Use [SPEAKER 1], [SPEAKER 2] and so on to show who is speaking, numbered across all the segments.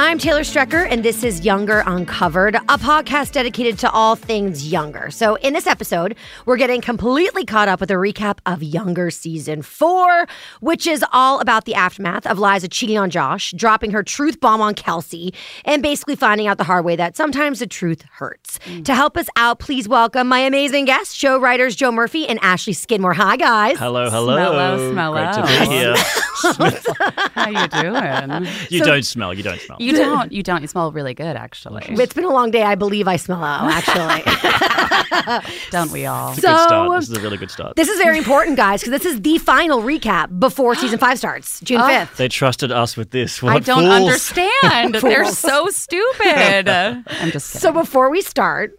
[SPEAKER 1] I'm Taylor Strecker, and this is Younger Uncovered, a podcast dedicated to all things younger. So, in this episode, we're getting completely caught up with a recap of Younger season four, which is all about the aftermath of Liza cheating on Josh, dropping her truth bomb on Kelsey, and basically finding out the hard way that sometimes the truth hurts.
[SPEAKER 2] Mm.
[SPEAKER 1] To help us out, please welcome my amazing guests, show writers Joe Murphy and Ashley Skidmore. Hi, guys.
[SPEAKER 2] Hello, hello.
[SPEAKER 3] Smello, smello.
[SPEAKER 2] Great to be here.
[SPEAKER 3] How you doing?
[SPEAKER 2] You don't smell. You don't smell.
[SPEAKER 3] You don't. You don't. You smell really good, actually.
[SPEAKER 1] It's been a long day. I believe I smell out, actually.
[SPEAKER 3] don't we all?
[SPEAKER 2] good start.
[SPEAKER 1] So-
[SPEAKER 2] This is a really good start.
[SPEAKER 1] This is very important, guys, because this is the final recap before season five starts, June
[SPEAKER 3] Oh.
[SPEAKER 1] fifth.
[SPEAKER 2] they trusted us with this. What
[SPEAKER 3] I don't
[SPEAKER 2] fools.
[SPEAKER 3] understand. They're so stupid. I'm just kidding.
[SPEAKER 1] So before we start,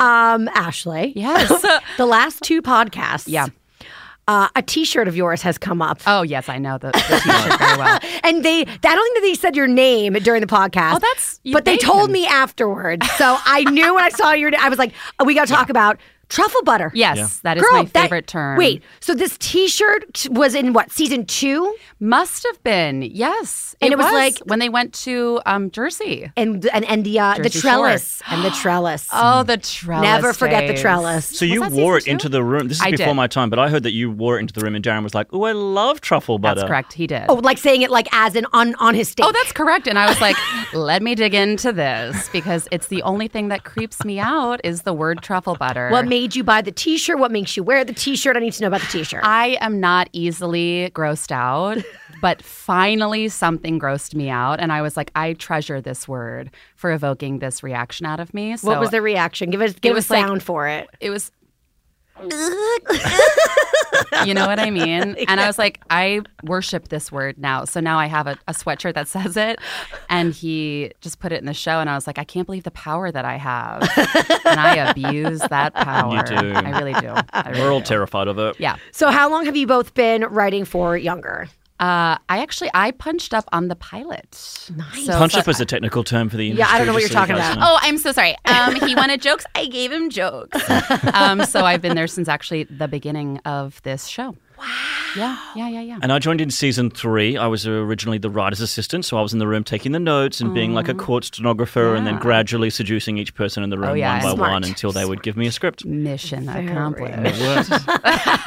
[SPEAKER 1] um, Ashley,
[SPEAKER 3] yes.
[SPEAKER 1] the last two podcasts,
[SPEAKER 3] Yeah.
[SPEAKER 1] uh, a T-shirt of yours has come up,
[SPEAKER 3] Oh yes, I know the, the T-shirt very well.
[SPEAKER 1] and they—I don't think that they said your name during the podcast.
[SPEAKER 3] Oh, that's- you
[SPEAKER 1] but they
[SPEAKER 3] made
[SPEAKER 1] told
[SPEAKER 3] them.
[SPEAKER 1] me afterwards, so I knew when I saw your. I was like, oh, we got to talk about truffle butter.
[SPEAKER 3] Yes, that is
[SPEAKER 1] Girl,
[SPEAKER 3] my
[SPEAKER 1] that-
[SPEAKER 3] favorite term.
[SPEAKER 1] Wait, so this T-shirt was in what season two?
[SPEAKER 3] must have been yes.
[SPEAKER 1] And it was like-
[SPEAKER 3] when they went to um, Jersey.
[SPEAKER 1] and and, and the uh, the
[SPEAKER 3] Jersey
[SPEAKER 1] trellis and the trellis.
[SPEAKER 3] Oh, the trellis.
[SPEAKER 1] Never forget the
[SPEAKER 3] days.
[SPEAKER 1] trellis.
[SPEAKER 2] So you
[SPEAKER 3] that
[SPEAKER 2] wore it
[SPEAKER 3] season two?
[SPEAKER 2] into the room. This is
[SPEAKER 3] I
[SPEAKER 2] before
[SPEAKER 3] did.
[SPEAKER 2] my time, but I heard that you wore it into the room, and Darren was like, "Oh, I love truffle butter."
[SPEAKER 3] That's correct. He did.
[SPEAKER 1] Oh, like saying it like as in on on his stage.
[SPEAKER 3] Oh, that's correct. And I was like, let me dig into this because it's the only thing that creeps me out is the word truffle butter.
[SPEAKER 1] what made you buy the T-shirt? What makes you wear the T-shirt? I need to know about the T-shirt.
[SPEAKER 3] I am not easily grossed out, but finally something grossed me out. And I was like, I treasure this word for evoking this reaction out of me. So
[SPEAKER 1] what was the reaction? Give us give us
[SPEAKER 3] was like-
[SPEAKER 1] sound for it.
[SPEAKER 3] it was you know what I mean? And I was like, I worship this word now. So now I have a, a sweatshirt that says it. And he just put it in the show. And I was like, I can't believe the power that I have. and I abuse that power.
[SPEAKER 2] do.
[SPEAKER 3] I really do. I really
[SPEAKER 2] We're all
[SPEAKER 3] do.
[SPEAKER 2] terrified of it.
[SPEAKER 3] Yeah.
[SPEAKER 1] So, how long have you both been writing for Younger?
[SPEAKER 3] Uh, I actually, I punched up on the pilot. Nice.
[SPEAKER 2] Punch up is a technical term for the industry.
[SPEAKER 1] I don't know what
[SPEAKER 2] just
[SPEAKER 1] you're
[SPEAKER 2] so you
[SPEAKER 1] talking
[SPEAKER 2] guys
[SPEAKER 1] about.
[SPEAKER 2] know.
[SPEAKER 3] Oh, I'm so sorry. Um, he wanted jokes. I gave him jokes. um, so I've been there since actually the beginning of this show. Wow. Yeah, yeah, yeah, yeah.
[SPEAKER 2] And I joined in season three. I was originally the writer's assistant, so I was in the room taking the notes and being like a court stenographer, and then gradually seducing each person in the room
[SPEAKER 3] Oh, yeah.
[SPEAKER 2] one by
[SPEAKER 1] Smart.
[SPEAKER 2] one until they would give me a script.
[SPEAKER 3] Mission accomplished.
[SPEAKER 2] It worked.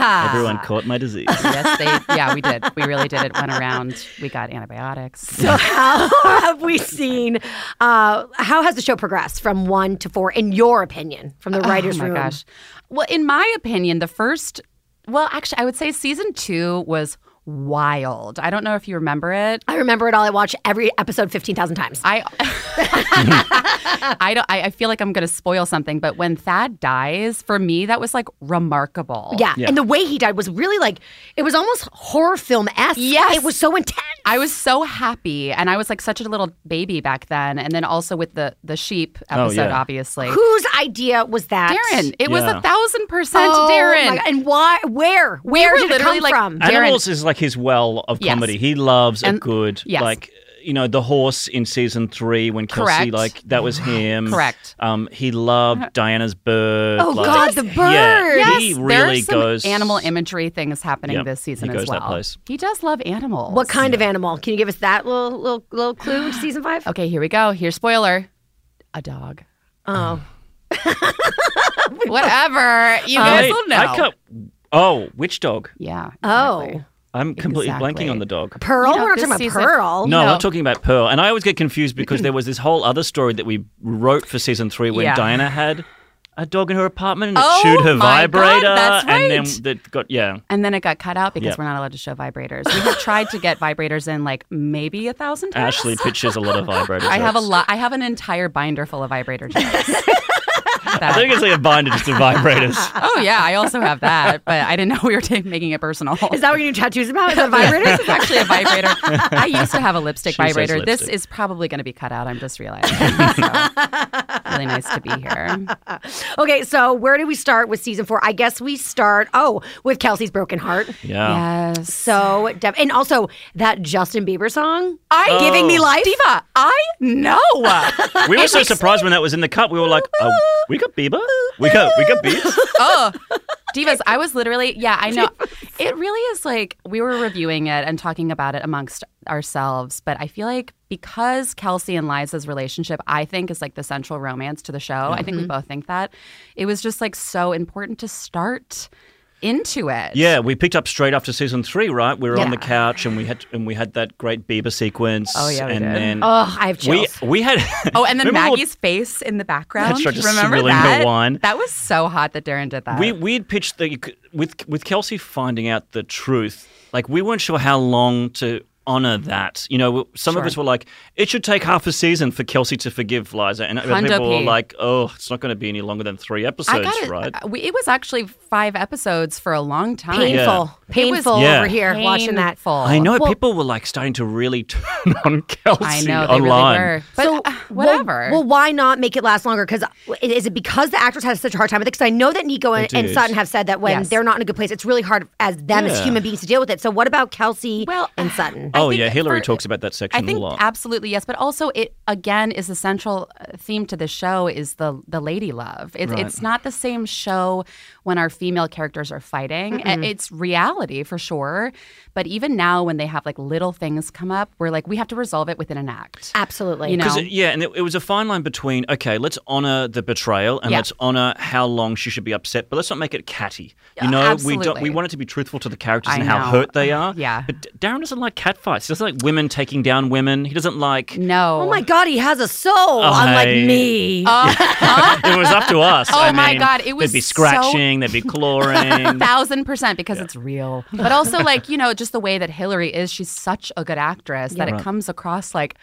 [SPEAKER 3] Ah.
[SPEAKER 2] Everyone caught my disease.
[SPEAKER 3] yes, they. Yeah, we did. We really did. It went around. We got antibiotics.
[SPEAKER 1] So, how
[SPEAKER 3] Oh,
[SPEAKER 1] have we seen? Uh, how has the show progressed from one to four? In your opinion, from the writers'
[SPEAKER 3] oh my
[SPEAKER 1] room?
[SPEAKER 3] gosh. Well, in my opinion, the first. Well, actually, I would say season two was wild. I don't know if you remember it.
[SPEAKER 1] I remember it all. I watched every episode fifteen thousand times.
[SPEAKER 3] I I don't I, I feel like I'm gonna spoil something, but when Thad dies, for me that was like remarkable.
[SPEAKER 1] Yeah. And the way he died was really like, it was almost horror film esque.
[SPEAKER 3] Yes.
[SPEAKER 1] It was so intense.
[SPEAKER 3] I was so happy and I was like such a little baby back then. And then also with the the sheep episode,
[SPEAKER 2] yeah.
[SPEAKER 3] obviously.
[SPEAKER 1] Whose idea was that?
[SPEAKER 3] Darren, it was
[SPEAKER 2] Yeah.
[SPEAKER 3] a thousand percent
[SPEAKER 1] Oh, my
[SPEAKER 3] Darren.
[SPEAKER 1] God. And why? Where? Where
[SPEAKER 3] were
[SPEAKER 1] did it
[SPEAKER 3] literally,
[SPEAKER 1] come
[SPEAKER 3] like,
[SPEAKER 1] from?
[SPEAKER 3] Darren-
[SPEAKER 2] Animals is like his well of
[SPEAKER 3] Yes.
[SPEAKER 2] comedy. He loves a
[SPEAKER 3] And-
[SPEAKER 2] good
[SPEAKER 3] yes.
[SPEAKER 2] like you know the horse in season three when Kelsey
[SPEAKER 3] Correct.
[SPEAKER 2] like that was him.
[SPEAKER 3] Correct. Uh-huh.
[SPEAKER 2] Um, he loved Diana's bird.
[SPEAKER 1] Oh,
[SPEAKER 2] like-
[SPEAKER 1] God, the
[SPEAKER 2] Yeah,
[SPEAKER 1] bird.
[SPEAKER 2] he
[SPEAKER 3] Yes, there are
[SPEAKER 2] really
[SPEAKER 3] some
[SPEAKER 2] goes
[SPEAKER 3] animal imagery things happening
[SPEAKER 2] Yep,
[SPEAKER 3] this season
[SPEAKER 2] he
[SPEAKER 3] as
[SPEAKER 2] goes
[SPEAKER 3] well.
[SPEAKER 2] that place.
[SPEAKER 3] He does love animals.
[SPEAKER 1] what kind of animal? Can you give us that little little, little clue to season five?
[SPEAKER 3] Okay, here we go. Here's spoiler. A dog.
[SPEAKER 1] Oh.
[SPEAKER 3] Whatever. You
[SPEAKER 2] Wait,
[SPEAKER 3] guys will know.
[SPEAKER 2] I can't- oh, which dog?
[SPEAKER 3] Yeah.
[SPEAKER 1] Oh.
[SPEAKER 3] exactly.
[SPEAKER 2] I'm completely
[SPEAKER 3] Exactly.
[SPEAKER 2] blanking on the dog.
[SPEAKER 1] Pearl?
[SPEAKER 3] You know,
[SPEAKER 1] We're not
[SPEAKER 3] this
[SPEAKER 1] talking about
[SPEAKER 3] season-
[SPEAKER 1] Pearl.
[SPEAKER 2] No,
[SPEAKER 3] No.
[SPEAKER 2] I'm talking about Pearl. And I always get confused because there was this whole other story that we wrote for season three when
[SPEAKER 3] Yeah.
[SPEAKER 2] Diana had a dog in her apartment and it
[SPEAKER 3] Oh
[SPEAKER 2] chewed her
[SPEAKER 3] my God,
[SPEAKER 2] vibrator.
[SPEAKER 3] that's
[SPEAKER 2] And then
[SPEAKER 3] right.
[SPEAKER 2] that got, yeah.
[SPEAKER 3] And then it got cut out because
[SPEAKER 2] Yeah.
[SPEAKER 3] we're not allowed to show vibrators. We have tried to get vibrators in like maybe a thousand times.
[SPEAKER 2] Ashley pitches a lot of vibrators.
[SPEAKER 3] I have a
[SPEAKER 2] That's-
[SPEAKER 3] lot. I have an entire binder full of vibrator jokes.
[SPEAKER 2] I think it's like a binder just of vibrators.
[SPEAKER 3] oh yeah, I also have that, but I didn't know we were ta- making it personal.
[SPEAKER 1] Is that what your new tattoo's about? Is that vibrators?
[SPEAKER 3] This is actually a vibrator. I used to have a lipstick
[SPEAKER 2] She says
[SPEAKER 3] vibrator. This
[SPEAKER 2] lipstick.
[SPEAKER 3] is probably going to be cut out. I'm just realizing. So, really nice to be here.
[SPEAKER 1] okay, so where do we start with season four? I guess we start, oh, with Kelsey's Broken Heart.
[SPEAKER 2] Yeah.
[SPEAKER 3] Yes.
[SPEAKER 1] So, def- and also that Justin Bieber song,
[SPEAKER 3] I Oh.
[SPEAKER 1] Giving Me Life.
[SPEAKER 3] Diva, I know.
[SPEAKER 2] We were so surprised when that was in the cup. We were like, oh, we got Bieber? We got we got Bieber?
[SPEAKER 3] oh, Divas, I was literally, yeah, I know. It really is like we were reviewing it and talking about it amongst ourselves, but I feel like because Kelsey and Liza's relationship, I think, is like the central romance to the show, I think we both think that, it was just like so important to start into it.
[SPEAKER 2] Yeah, we picked up straight after season three, right? We were on the
[SPEAKER 3] Yeah.
[SPEAKER 2] couch and we had and we had that great Bieber sequence.
[SPEAKER 3] Oh, yeah, we
[SPEAKER 2] and
[SPEAKER 3] did.
[SPEAKER 2] then
[SPEAKER 1] Oh, I have chills.
[SPEAKER 2] we we had.
[SPEAKER 3] Oh, and then
[SPEAKER 2] remember we were-
[SPEAKER 3] Maggie's face in the background.
[SPEAKER 2] That's right, just
[SPEAKER 3] Remember
[SPEAKER 2] swirling her
[SPEAKER 3] that?
[SPEAKER 2] wine.
[SPEAKER 3] That was so hot that Darren did that.
[SPEAKER 2] We we had pitched that you could, with with Kelsey finding out the truth. Like we weren't sure how long to honor that. You know, some of
[SPEAKER 3] Sure.
[SPEAKER 2] us were like, it should take half a season for Kelsey to forgive Liza, and other
[SPEAKER 3] Hundo
[SPEAKER 2] people were
[SPEAKER 3] P.
[SPEAKER 2] like, oh, it's not going to be any longer than three
[SPEAKER 3] I uh,
[SPEAKER 2] episodes,
[SPEAKER 3] got it.
[SPEAKER 2] right?
[SPEAKER 3] We, it was actually five episodes for a long time.
[SPEAKER 1] painful,
[SPEAKER 2] Yeah.
[SPEAKER 1] painful
[SPEAKER 2] Yeah.
[SPEAKER 1] over here watching that.
[SPEAKER 3] Painful.
[SPEAKER 2] I know
[SPEAKER 1] Well-
[SPEAKER 2] people were like starting to really turn on Kelsey
[SPEAKER 3] I know. They
[SPEAKER 2] online.
[SPEAKER 3] really were. But
[SPEAKER 1] so
[SPEAKER 3] uh,
[SPEAKER 1] well-
[SPEAKER 3] whatever.
[SPEAKER 1] Well, why not make it last longer? Because is it because the actors had such a hard time with it? Because I know that Nico and,
[SPEAKER 2] They
[SPEAKER 1] and
[SPEAKER 2] did.
[SPEAKER 1] Sutton have said that when
[SPEAKER 3] Yes.
[SPEAKER 1] they're not in a good place, it's really hard as them as
[SPEAKER 2] Yeah.
[SPEAKER 1] human beings to deal with it. So what about Kelsey
[SPEAKER 3] Well,
[SPEAKER 1] and Sutton?
[SPEAKER 3] I
[SPEAKER 2] Oh
[SPEAKER 3] think
[SPEAKER 2] yeah, Hillary
[SPEAKER 3] for-
[SPEAKER 2] talks about that section
[SPEAKER 3] I think
[SPEAKER 2] a lot.
[SPEAKER 3] absolutely yes, but also it again is the central uh, theme to the show is the the lady love. It's
[SPEAKER 2] Right.
[SPEAKER 3] it's not the same show when our female characters are fighting. A- It's reality for sure, but even now when they have like little things come up, we're like we have to resolve it within an act.
[SPEAKER 1] Absolutely.
[SPEAKER 3] You know.
[SPEAKER 2] 'Cause it- yeah, and it, it was a fine line between okay, let's honor the betrayal and
[SPEAKER 3] Yeah.
[SPEAKER 2] let's honor how long she should be upset, but let's not make it catty. You know, we don't.
[SPEAKER 3] absolutely.
[SPEAKER 2] We want it to be truthful to the characters
[SPEAKER 3] I
[SPEAKER 2] and
[SPEAKER 3] know. Uh,
[SPEAKER 2] how hurt they are.
[SPEAKER 3] Yeah.
[SPEAKER 2] but D- Darren doesn't like catfights. He doesn't like women taking down women. He doesn't like.
[SPEAKER 3] No.
[SPEAKER 1] Oh my God, he has a soul,
[SPEAKER 2] Oh,
[SPEAKER 1] unlike
[SPEAKER 2] I-
[SPEAKER 1] me.
[SPEAKER 2] it was up to us.
[SPEAKER 3] Oh
[SPEAKER 2] I
[SPEAKER 3] my
[SPEAKER 2] mean,
[SPEAKER 3] God, it was
[SPEAKER 2] They'd be
[SPEAKER 3] so-
[SPEAKER 2] scratching. They'd be clawing.
[SPEAKER 3] thousand percent because it's real. But also, like, you know, just the way that Hillary is, she's such a good actress that it comes across like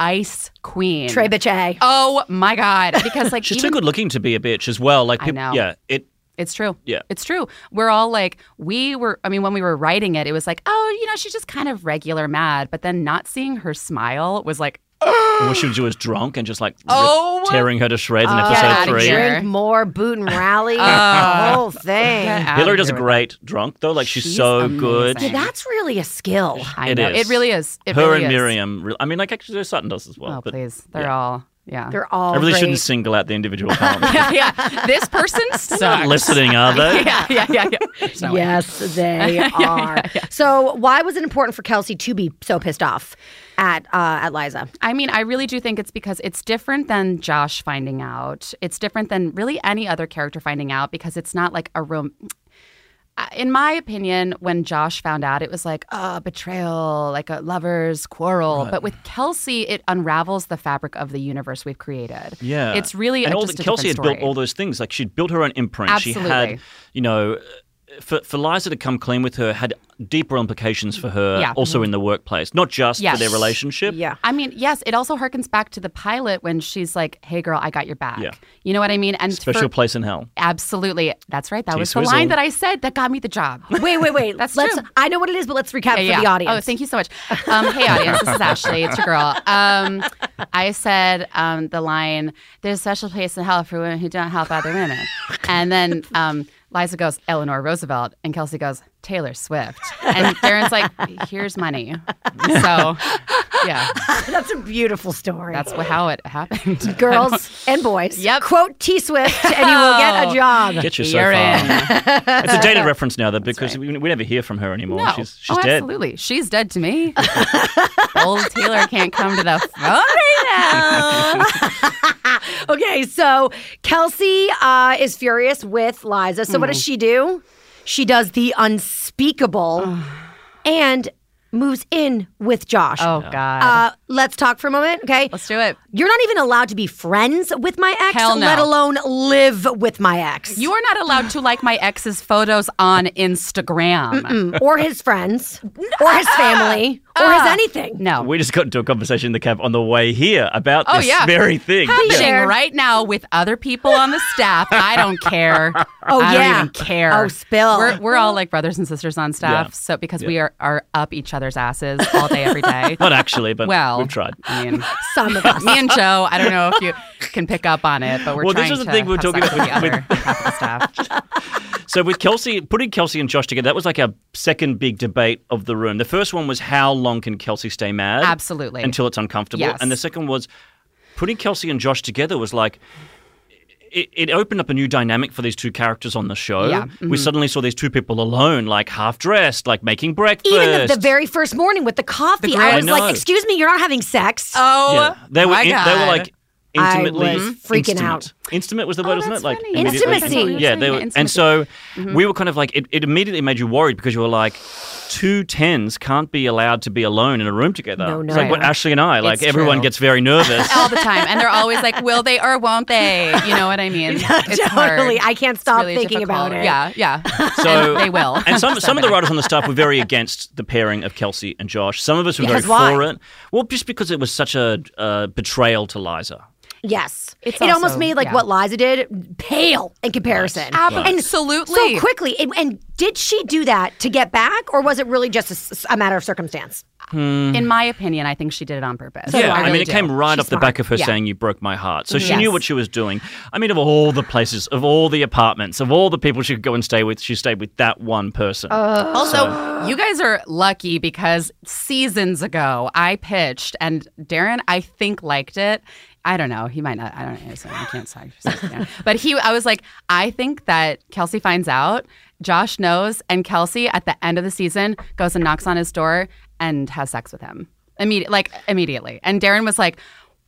[SPEAKER 3] ice queen.
[SPEAKER 1] Trey Biche.
[SPEAKER 3] oh my God. Because, like,
[SPEAKER 2] She's
[SPEAKER 3] even-
[SPEAKER 2] too good looking to be a bitch as well. Like, people,
[SPEAKER 3] know.
[SPEAKER 2] yeah, it.
[SPEAKER 3] it's true.
[SPEAKER 2] Yeah.
[SPEAKER 3] It's true. We're all like, we were, I mean, when we were writing it, it was like, oh, you know, she's just kind of regular mad. But then not seeing her smile was like,
[SPEAKER 2] What she would do is drunk and just like rip-
[SPEAKER 3] Oh.
[SPEAKER 2] tearing her to shreds in
[SPEAKER 3] Get
[SPEAKER 2] episode
[SPEAKER 3] outta
[SPEAKER 2] three.
[SPEAKER 3] here.
[SPEAKER 1] Drink more, boot and rally, the whole thing.
[SPEAKER 3] Oh. get out of
[SPEAKER 2] Hillary does a
[SPEAKER 3] here with
[SPEAKER 2] great drunk though. Like she's,
[SPEAKER 3] She's
[SPEAKER 2] so good.
[SPEAKER 1] Yeah,
[SPEAKER 3] amazing.
[SPEAKER 1] that's really a skill.
[SPEAKER 3] that. I
[SPEAKER 2] It
[SPEAKER 3] know.
[SPEAKER 2] is.
[SPEAKER 3] It really is. It
[SPEAKER 2] her and
[SPEAKER 3] really is.
[SPEAKER 2] Miriam. re- I mean, like actually Sutton does as well.
[SPEAKER 3] Oh,
[SPEAKER 2] but
[SPEAKER 3] please. They're
[SPEAKER 2] yeah.
[SPEAKER 3] all, yeah.
[SPEAKER 1] They're all
[SPEAKER 2] I really
[SPEAKER 1] great.
[SPEAKER 2] shouldn't single out the individual talent.
[SPEAKER 3] yeah, yeah. This person sucks.
[SPEAKER 2] Not listening, are they?
[SPEAKER 3] yeah, yeah, yeah, yeah. There's no way.
[SPEAKER 1] Yes, they are. So, why was it important for Kelsey to be so pissed off at uh, at Liza?
[SPEAKER 3] I mean, I really do think it's because it's different than Josh finding out. It's different than really any other character finding out because it's not like a room. In my opinion, when Josh found out, it was like, oh, betrayal, like a lover's quarrel. But with Kelsey, it unravels the fabric of the universe we've created.
[SPEAKER 2] Yeah,
[SPEAKER 3] It's really
[SPEAKER 2] and
[SPEAKER 3] a,
[SPEAKER 2] all
[SPEAKER 3] just
[SPEAKER 2] the,
[SPEAKER 3] a
[SPEAKER 2] Kelsey had built
[SPEAKER 3] different story.
[SPEAKER 2] all those things. Like she'd built her own imprint. She
[SPEAKER 3] Absolutely.
[SPEAKER 2] had, you know, for for Liza to come clean with her had deeper implications for her.
[SPEAKER 3] Yeah. Mm-hmm.
[SPEAKER 2] Also in the workplace, not just
[SPEAKER 3] Yes.
[SPEAKER 2] for their relationship.
[SPEAKER 1] Yeah.
[SPEAKER 3] I mean, yes, it also harkens back to the pilot when she's like, hey, girl, I got your back.
[SPEAKER 2] Yeah.
[SPEAKER 3] You know what I mean? And
[SPEAKER 2] Special
[SPEAKER 3] for,
[SPEAKER 2] place in hell.
[SPEAKER 3] Absolutely. That's right. That was the
[SPEAKER 2] Swizzle.
[SPEAKER 3] line that I said that got me the job.
[SPEAKER 1] Wait, wait, wait.
[SPEAKER 3] That's
[SPEAKER 1] let's,
[SPEAKER 3] true.
[SPEAKER 1] I know what it is, but let's recap for the audience.
[SPEAKER 3] Oh, thank you so much. Um, hey, audience, this is Ashley. It's your girl. Um, I said um, the line, there's a special place in hell for women who don't help other women. And then um, Liza goes, Eleanor Roosevelt. And Kelsey goes, Taylor Swift. And Darren's like, here's money. So, yeah,
[SPEAKER 1] That's a beautiful story.
[SPEAKER 3] that's wh- how it happened.
[SPEAKER 1] Girls and boys.
[SPEAKER 3] Yep. Oh.
[SPEAKER 1] Quote T Swift, and you will get a job.
[SPEAKER 2] Get you so
[SPEAKER 3] You're
[SPEAKER 2] far.
[SPEAKER 3] in.
[SPEAKER 2] It's a dated reference now, though, because we, we never hear from her anymore.
[SPEAKER 3] No.
[SPEAKER 2] She's she's
[SPEAKER 3] oh,
[SPEAKER 2] dead.
[SPEAKER 3] absolutely. She's dead to me. Old Taylor can't come to the phone right now.
[SPEAKER 1] Okay, so Kelsey uh, is furious with Liza. So, what does
[SPEAKER 3] Hmm.
[SPEAKER 1] she do? She does the unspeakable and moves in with Josh.
[SPEAKER 3] Oh, God.
[SPEAKER 1] Uh, let's talk for a moment, okay?
[SPEAKER 3] Let's do it.
[SPEAKER 1] You're not even allowed to be friends with my ex,
[SPEAKER 3] Hell no.
[SPEAKER 1] let alone live with my ex
[SPEAKER 3] You are not allowed to like my ex's photos on Instagram.
[SPEAKER 1] or his friends or
[SPEAKER 3] uh,
[SPEAKER 1] his family or his anything.
[SPEAKER 3] No.
[SPEAKER 2] We just got into a conversation in the cab on the way here about
[SPEAKER 3] Oh,
[SPEAKER 2] this
[SPEAKER 3] yeah.
[SPEAKER 2] very thing.
[SPEAKER 3] Happening
[SPEAKER 1] Yeah.
[SPEAKER 3] right now with other people on the staff. I don't care.
[SPEAKER 1] Oh,
[SPEAKER 3] I
[SPEAKER 1] yeah.
[SPEAKER 3] don't even care.
[SPEAKER 1] Oh, spill.
[SPEAKER 3] We're, we're all like brothers and sisters on staff,
[SPEAKER 2] Yeah.
[SPEAKER 3] so because we are, are up each other's asses all day every day.
[SPEAKER 2] Not actually, but
[SPEAKER 3] well,
[SPEAKER 2] we've tried.
[SPEAKER 3] I mean,
[SPEAKER 1] Some of us.
[SPEAKER 3] me and Joe. I don't know if you can pick up on it, but we're
[SPEAKER 2] Well, this
[SPEAKER 3] trying
[SPEAKER 2] is the
[SPEAKER 3] to
[SPEAKER 2] thing we're
[SPEAKER 3] have
[SPEAKER 2] talking
[SPEAKER 3] sex
[SPEAKER 2] about
[SPEAKER 3] with
[SPEAKER 2] with-
[SPEAKER 3] the other half of the staff.
[SPEAKER 2] So with Kelsey, putting Kelsey and Josh together, that was like our second big debate of the room. The first one was how long can Kelsey stay mad?
[SPEAKER 3] Absolutely.
[SPEAKER 2] Until it's uncomfortable.
[SPEAKER 3] Yes.
[SPEAKER 2] And the second was putting Kelsey and Josh together was like it, it opened up a new dynamic for these two characters on the show.
[SPEAKER 3] Yeah, Mm-hmm.
[SPEAKER 2] We suddenly saw these two people alone, like half dressed, like making breakfast.
[SPEAKER 1] Even the, the very first morning with the coffee, I
[SPEAKER 2] I
[SPEAKER 1] was
[SPEAKER 2] know.
[SPEAKER 1] like, "Excuse me, you're not having sex."
[SPEAKER 3] Oh,
[SPEAKER 2] yeah, they were
[SPEAKER 3] my
[SPEAKER 2] in-
[SPEAKER 3] God.
[SPEAKER 2] they were like
[SPEAKER 1] I
[SPEAKER 2] intimately
[SPEAKER 1] was freaking
[SPEAKER 2] intimate.
[SPEAKER 1] out.
[SPEAKER 2] Intimate was the
[SPEAKER 3] Oh,
[SPEAKER 2] word, wasn't
[SPEAKER 3] that's
[SPEAKER 2] it? Like
[SPEAKER 3] funny. Mm-hmm.
[SPEAKER 2] immediately-
[SPEAKER 1] Intimacy.
[SPEAKER 2] Yeah, they were, and so we were kind of like it, it. immediately made you worried because you were like, two tens can't be allowed to be alone in a room together.
[SPEAKER 1] No,
[SPEAKER 2] It's like
[SPEAKER 1] no.
[SPEAKER 2] what Ashley and I like.
[SPEAKER 3] It's
[SPEAKER 2] everyone
[SPEAKER 3] true.
[SPEAKER 2] gets very nervous.
[SPEAKER 3] all the time, and they're always like, "Will they or won't they?" You know what I mean? It's hard.
[SPEAKER 1] totally. I can't stop
[SPEAKER 3] really
[SPEAKER 1] thinking about
[SPEAKER 3] difficult.
[SPEAKER 1] it.
[SPEAKER 3] Yeah, yeah.
[SPEAKER 2] So
[SPEAKER 3] And they will.
[SPEAKER 2] And some some of the writers on the staff were very against the pairing of Kelsey and Josh. Some of us were
[SPEAKER 1] Because
[SPEAKER 2] very
[SPEAKER 1] why?
[SPEAKER 2] for it. Well, just because it was such a uh, betrayal to Liza.
[SPEAKER 1] Yes.
[SPEAKER 3] It's
[SPEAKER 1] it almost
[SPEAKER 3] also-
[SPEAKER 1] made like
[SPEAKER 3] yeah.
[SPEAKER 1] what Liza did pale in comparison. And
[SPEAKER 3] Absolutely.
[SPEAKER 1] So quickly. And, and did she do that to get back, or was it really just a s- a, matter of circumstance?
[SPEAKER 3] in my opinion, I think she did it on purpose.
[SPEAKER 1] do
[SPEAKER 2] Mm. yeah, I,
[SPEAKER 1] I
[SPEAKER 2] mean,
[SPEAKER 3] really
[SPEAKER 2] it came
[SPEAKER 3] do.
[SPEAKER 2] right
[SPEAKER 1] She's
[SPEAKER 2] off the
[SPEAKER 1] smart.
[SPEAKER 2] back of her
[SPEAKER 3] Yeah.
[SPEAKER 2] saying, You broke my heart. So she
[SPEAKER 1] Yes.
[SPEAKER 2] knew what she was doing. I mean, of all the places, of all the apartments, of all the people she could go and stay with, she stayed with that one person.
[SPEAKER 3] Oh, Also, you guys are lucky because seasons ago I pitched and Darren, I think, liked it. I don't know. He might not. I don't know. so I can't say. But he, I was like, I think that Kelsey finds out, Josh knows, and Kelsey at the end of the season goes and knocks on his door and has sex with him. Immediate, like immediately. And Darren was like,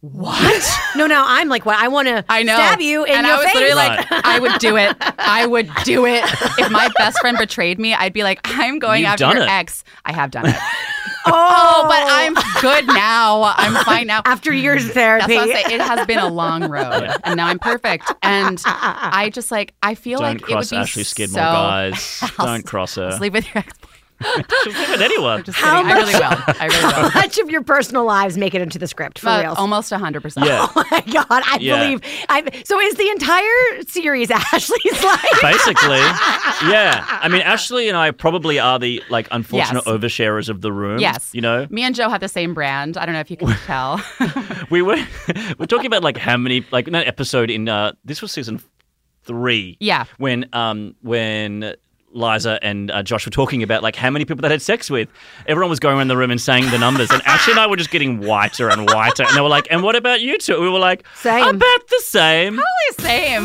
[SPEAKER 3] "What?"
[SPEAKER 1] No, no. I'm like, what? I want to
[SPEAKER 3] I know.
[SPEAKER 1] stab you in
[SPEAKER 3] and
[SPEAKER 1] your
[SPEAKER 3] I was
[SPEAKER 1] face.
[SPEAKER 3] literally
[SPEAKER 2] Right.
[SPEAKER 3] like, I would do it. I would do it. If my best friend betrayed me, I'd be like, I'm going
[SPEAKER 2] You've
[SPEAKER 3] after
[SPEAKER 2] done
[SPEAKER 3] your
[SPEAKER 2] it.
[SPEAKER 3] ex. I have done it.
[SPEAKER 1] oh,
[SPEAKER 3] oh, but I'm good now. I'm fine now.
[SPEAKER 1] after years of therapy.
[SPEAKER 3] "Mm, That's what I'm saying. It has been a long road, and now I'm perfect. And I just like I feel
[SPEAKER 2] Don't
[SPEAKER 3] like it would
[SPEAKER 2] cross
[SPEAKER 3] be
[SPEAKER 2] Ashley Skidmore,
[SPEAKER 3] so.
[SPEAKER 2] guys. Don't cross her.
[SPEAKER 3] Sleep with your ex.
[SPEAKER 2] She'll sleep with anyone.
[SPEAKER 3] Just
[SPEAKER 1] How
[SPEAKER 3] kidding. I really will. I really will.
[SPEAKER 1] How much of your personal lives make it into the script for
[SPEAKER 3] But
[SPEAKER 1] real?
[SPEAKER 3] almost 100. percent
[SPEAKER 2] Yeah.
[SPEAKER 1] Oh my god! I
[SPEAKER 2] Yeah.
[SPEAKER 1] believe. I so is the entire series Ashley's life.
[SPEAKER 2] Basically, yeah. I mean, Ashley and I probably are the like unfortunate
[SPEAKER 3] Yes.
[SPEAKER 2] oversharers of the room.
[SPEAKER 3] Yes.
[SPEAKER 2] you know,
[SPEAKER 3] Me and Joe have the same brand. I don't know if you can tell.
[SPEAKER 2] we were we're talking about like how many like in that episode in uh this was season three.
[SPEAKER 3] Yeah.
[SPEAKER 2] When um when Liza and uh, Josh were talking about like how many people they had sex with. Everyone was going around the room and saying the numbers, and Ashley and I were just getting whiter and whiter. And they were like, "And what about you two? We were like,
[SPEAKER 1] Same.
[SPEAKER 2] about the same.
[SPEAKER 3] same.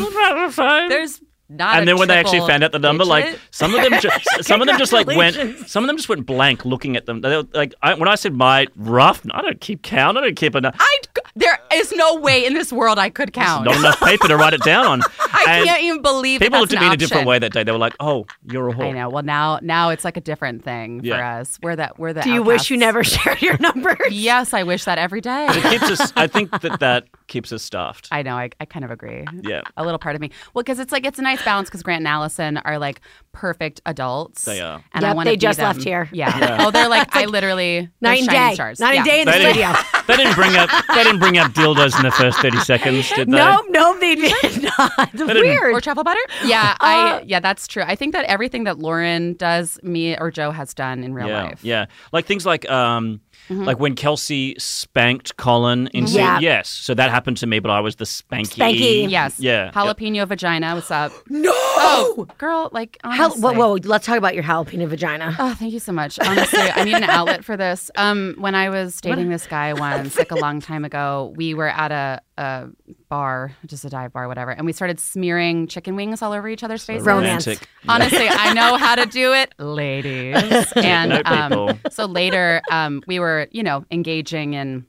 [SPEAKER 2] About the same.
[SPEAKER 3] There's not.
[SPEAKER 2] and
[SPEAKER 3] a
[SPEAKER 2] then when they actually
[SPEAKER 3] triple
[SPEAKER 2] found out the number, like
[SPEAKER 3] digit.
[SPEAKER 2] some of them, just, some of them just like went, some of them just went blank looking at them. They were, like I, when I said my rough, I don't keep count. I don't keep enough.
[SPEAKER 3] I there is no way in this world I could count.
[SPEAKER 2] not enough paper to write it down on.
[SPEAKER 3] I
[SPEAKER 2] And
[SPEAKER 3] can't even believe
[SPEAKER 2] People
[SPEAKER 3] that
[SPEAKER 2] looked
[SPEAKER 3] that's
[SPEAKER 2] at
[SPEAKER 3] an
[SPEAKER 2] me in a different
[SPEAKER 3] option.
[SPEAKER 2] way that day. They were like, "Oh, you're a whore."
[SPEAKER 3] I know. Well, now now it's like a different thing
[SPEAKER 2] Yeah.
[SPEAKER 3] for us. We're that we're the.
[SPEAKER 1] Do you wish you
[SPEAKER 3] outcasts.
[SPEAKER 1] never shared your numbers?
[SPEAKER 3] Yes, I wish that every day.
[SPEAKER 2] It keeps us. I think that that keeps us stuffed.
[SPEAKER 3] I know. I, I kind of agree.
[SPEAKER 2] Yeah.
[SPEAKER 3] A little part of me. Well, because it's like it's a nice balance because Grant and Allison are like perfect adults.
[SPEAKER 2] They are.
[SPEAKER 3] And I
[SPEAKER 1] Yep,
[SPEAKER 3] want to
[SPEAKER 1] they just left here.
[SPEAKER 3] Yeah. Oh, they're like, I literally they're
[SPEAKER 1] Night and
[SPEAKER 3] shining
[SPEAKER 1] day.
[SPEAKER 3] Stars.
[SPEAKER 1] Night and
[SPEAKER 3] Yeah.
[SPEAKER 1] day in the
[SPEAKER 2] They
[SPEAKER 1] studio.
[SPEAKER 2] didn't, they didn't bring up. They didn't bring up dildos in the first thirty seconds, did they?
[SPEAKER 1] Nope, nope, they did not. Weird.
[SPEAKER 3] Or travel butter? Yeah,
[SPEAKER 1] Uh,
[SPEAKER 3] I yeah, that's true. I think that everything that Lauren does, me or Joe has done in real
[SPEAKER 2] Yeah,
[SPEAKER 3] life. Mm-hmm.
[SPEAKER 2] yeah. Like things like um, like when Kelsey spanked Colin in season-
[SPEAKER 1] Yeah.
[SPEAKER 2] yes. So that happened to me, but I was the spanky.
[SPEAKER 1] Spanky.
[SPEAKER 3] Yes.
[SPEAKER 2] Yeah.
[SPEAKER 3] Jalapeno vagina. What's up?
[SPEAKER 1] No.
[SPEAKER 3] Oh, girl, like
[SPEAKER 1] Hal-
[SPEAKER 3] honestly.
[SPEAKER 1] whoa, whoa, let's talk about your jalapeno vagina.
[SPEAKER 3] Oh, thank you so much. Honestly, I need an outlet for this. Um, when I was dating this guy once, like a long time ago, we were at a, a bar, just a dive bar, whatever, and we started smearing chicken wings all over each other's faces.
[SPEAKER 1] romance.
[SPEAKER 2] Romantic.
[SPEAKER 3] Honestly, I know how to do it, ladies. And
[SPEAKER 2] No people.
[SPEAKER 3] um, so later, um, we were, you know, engaging in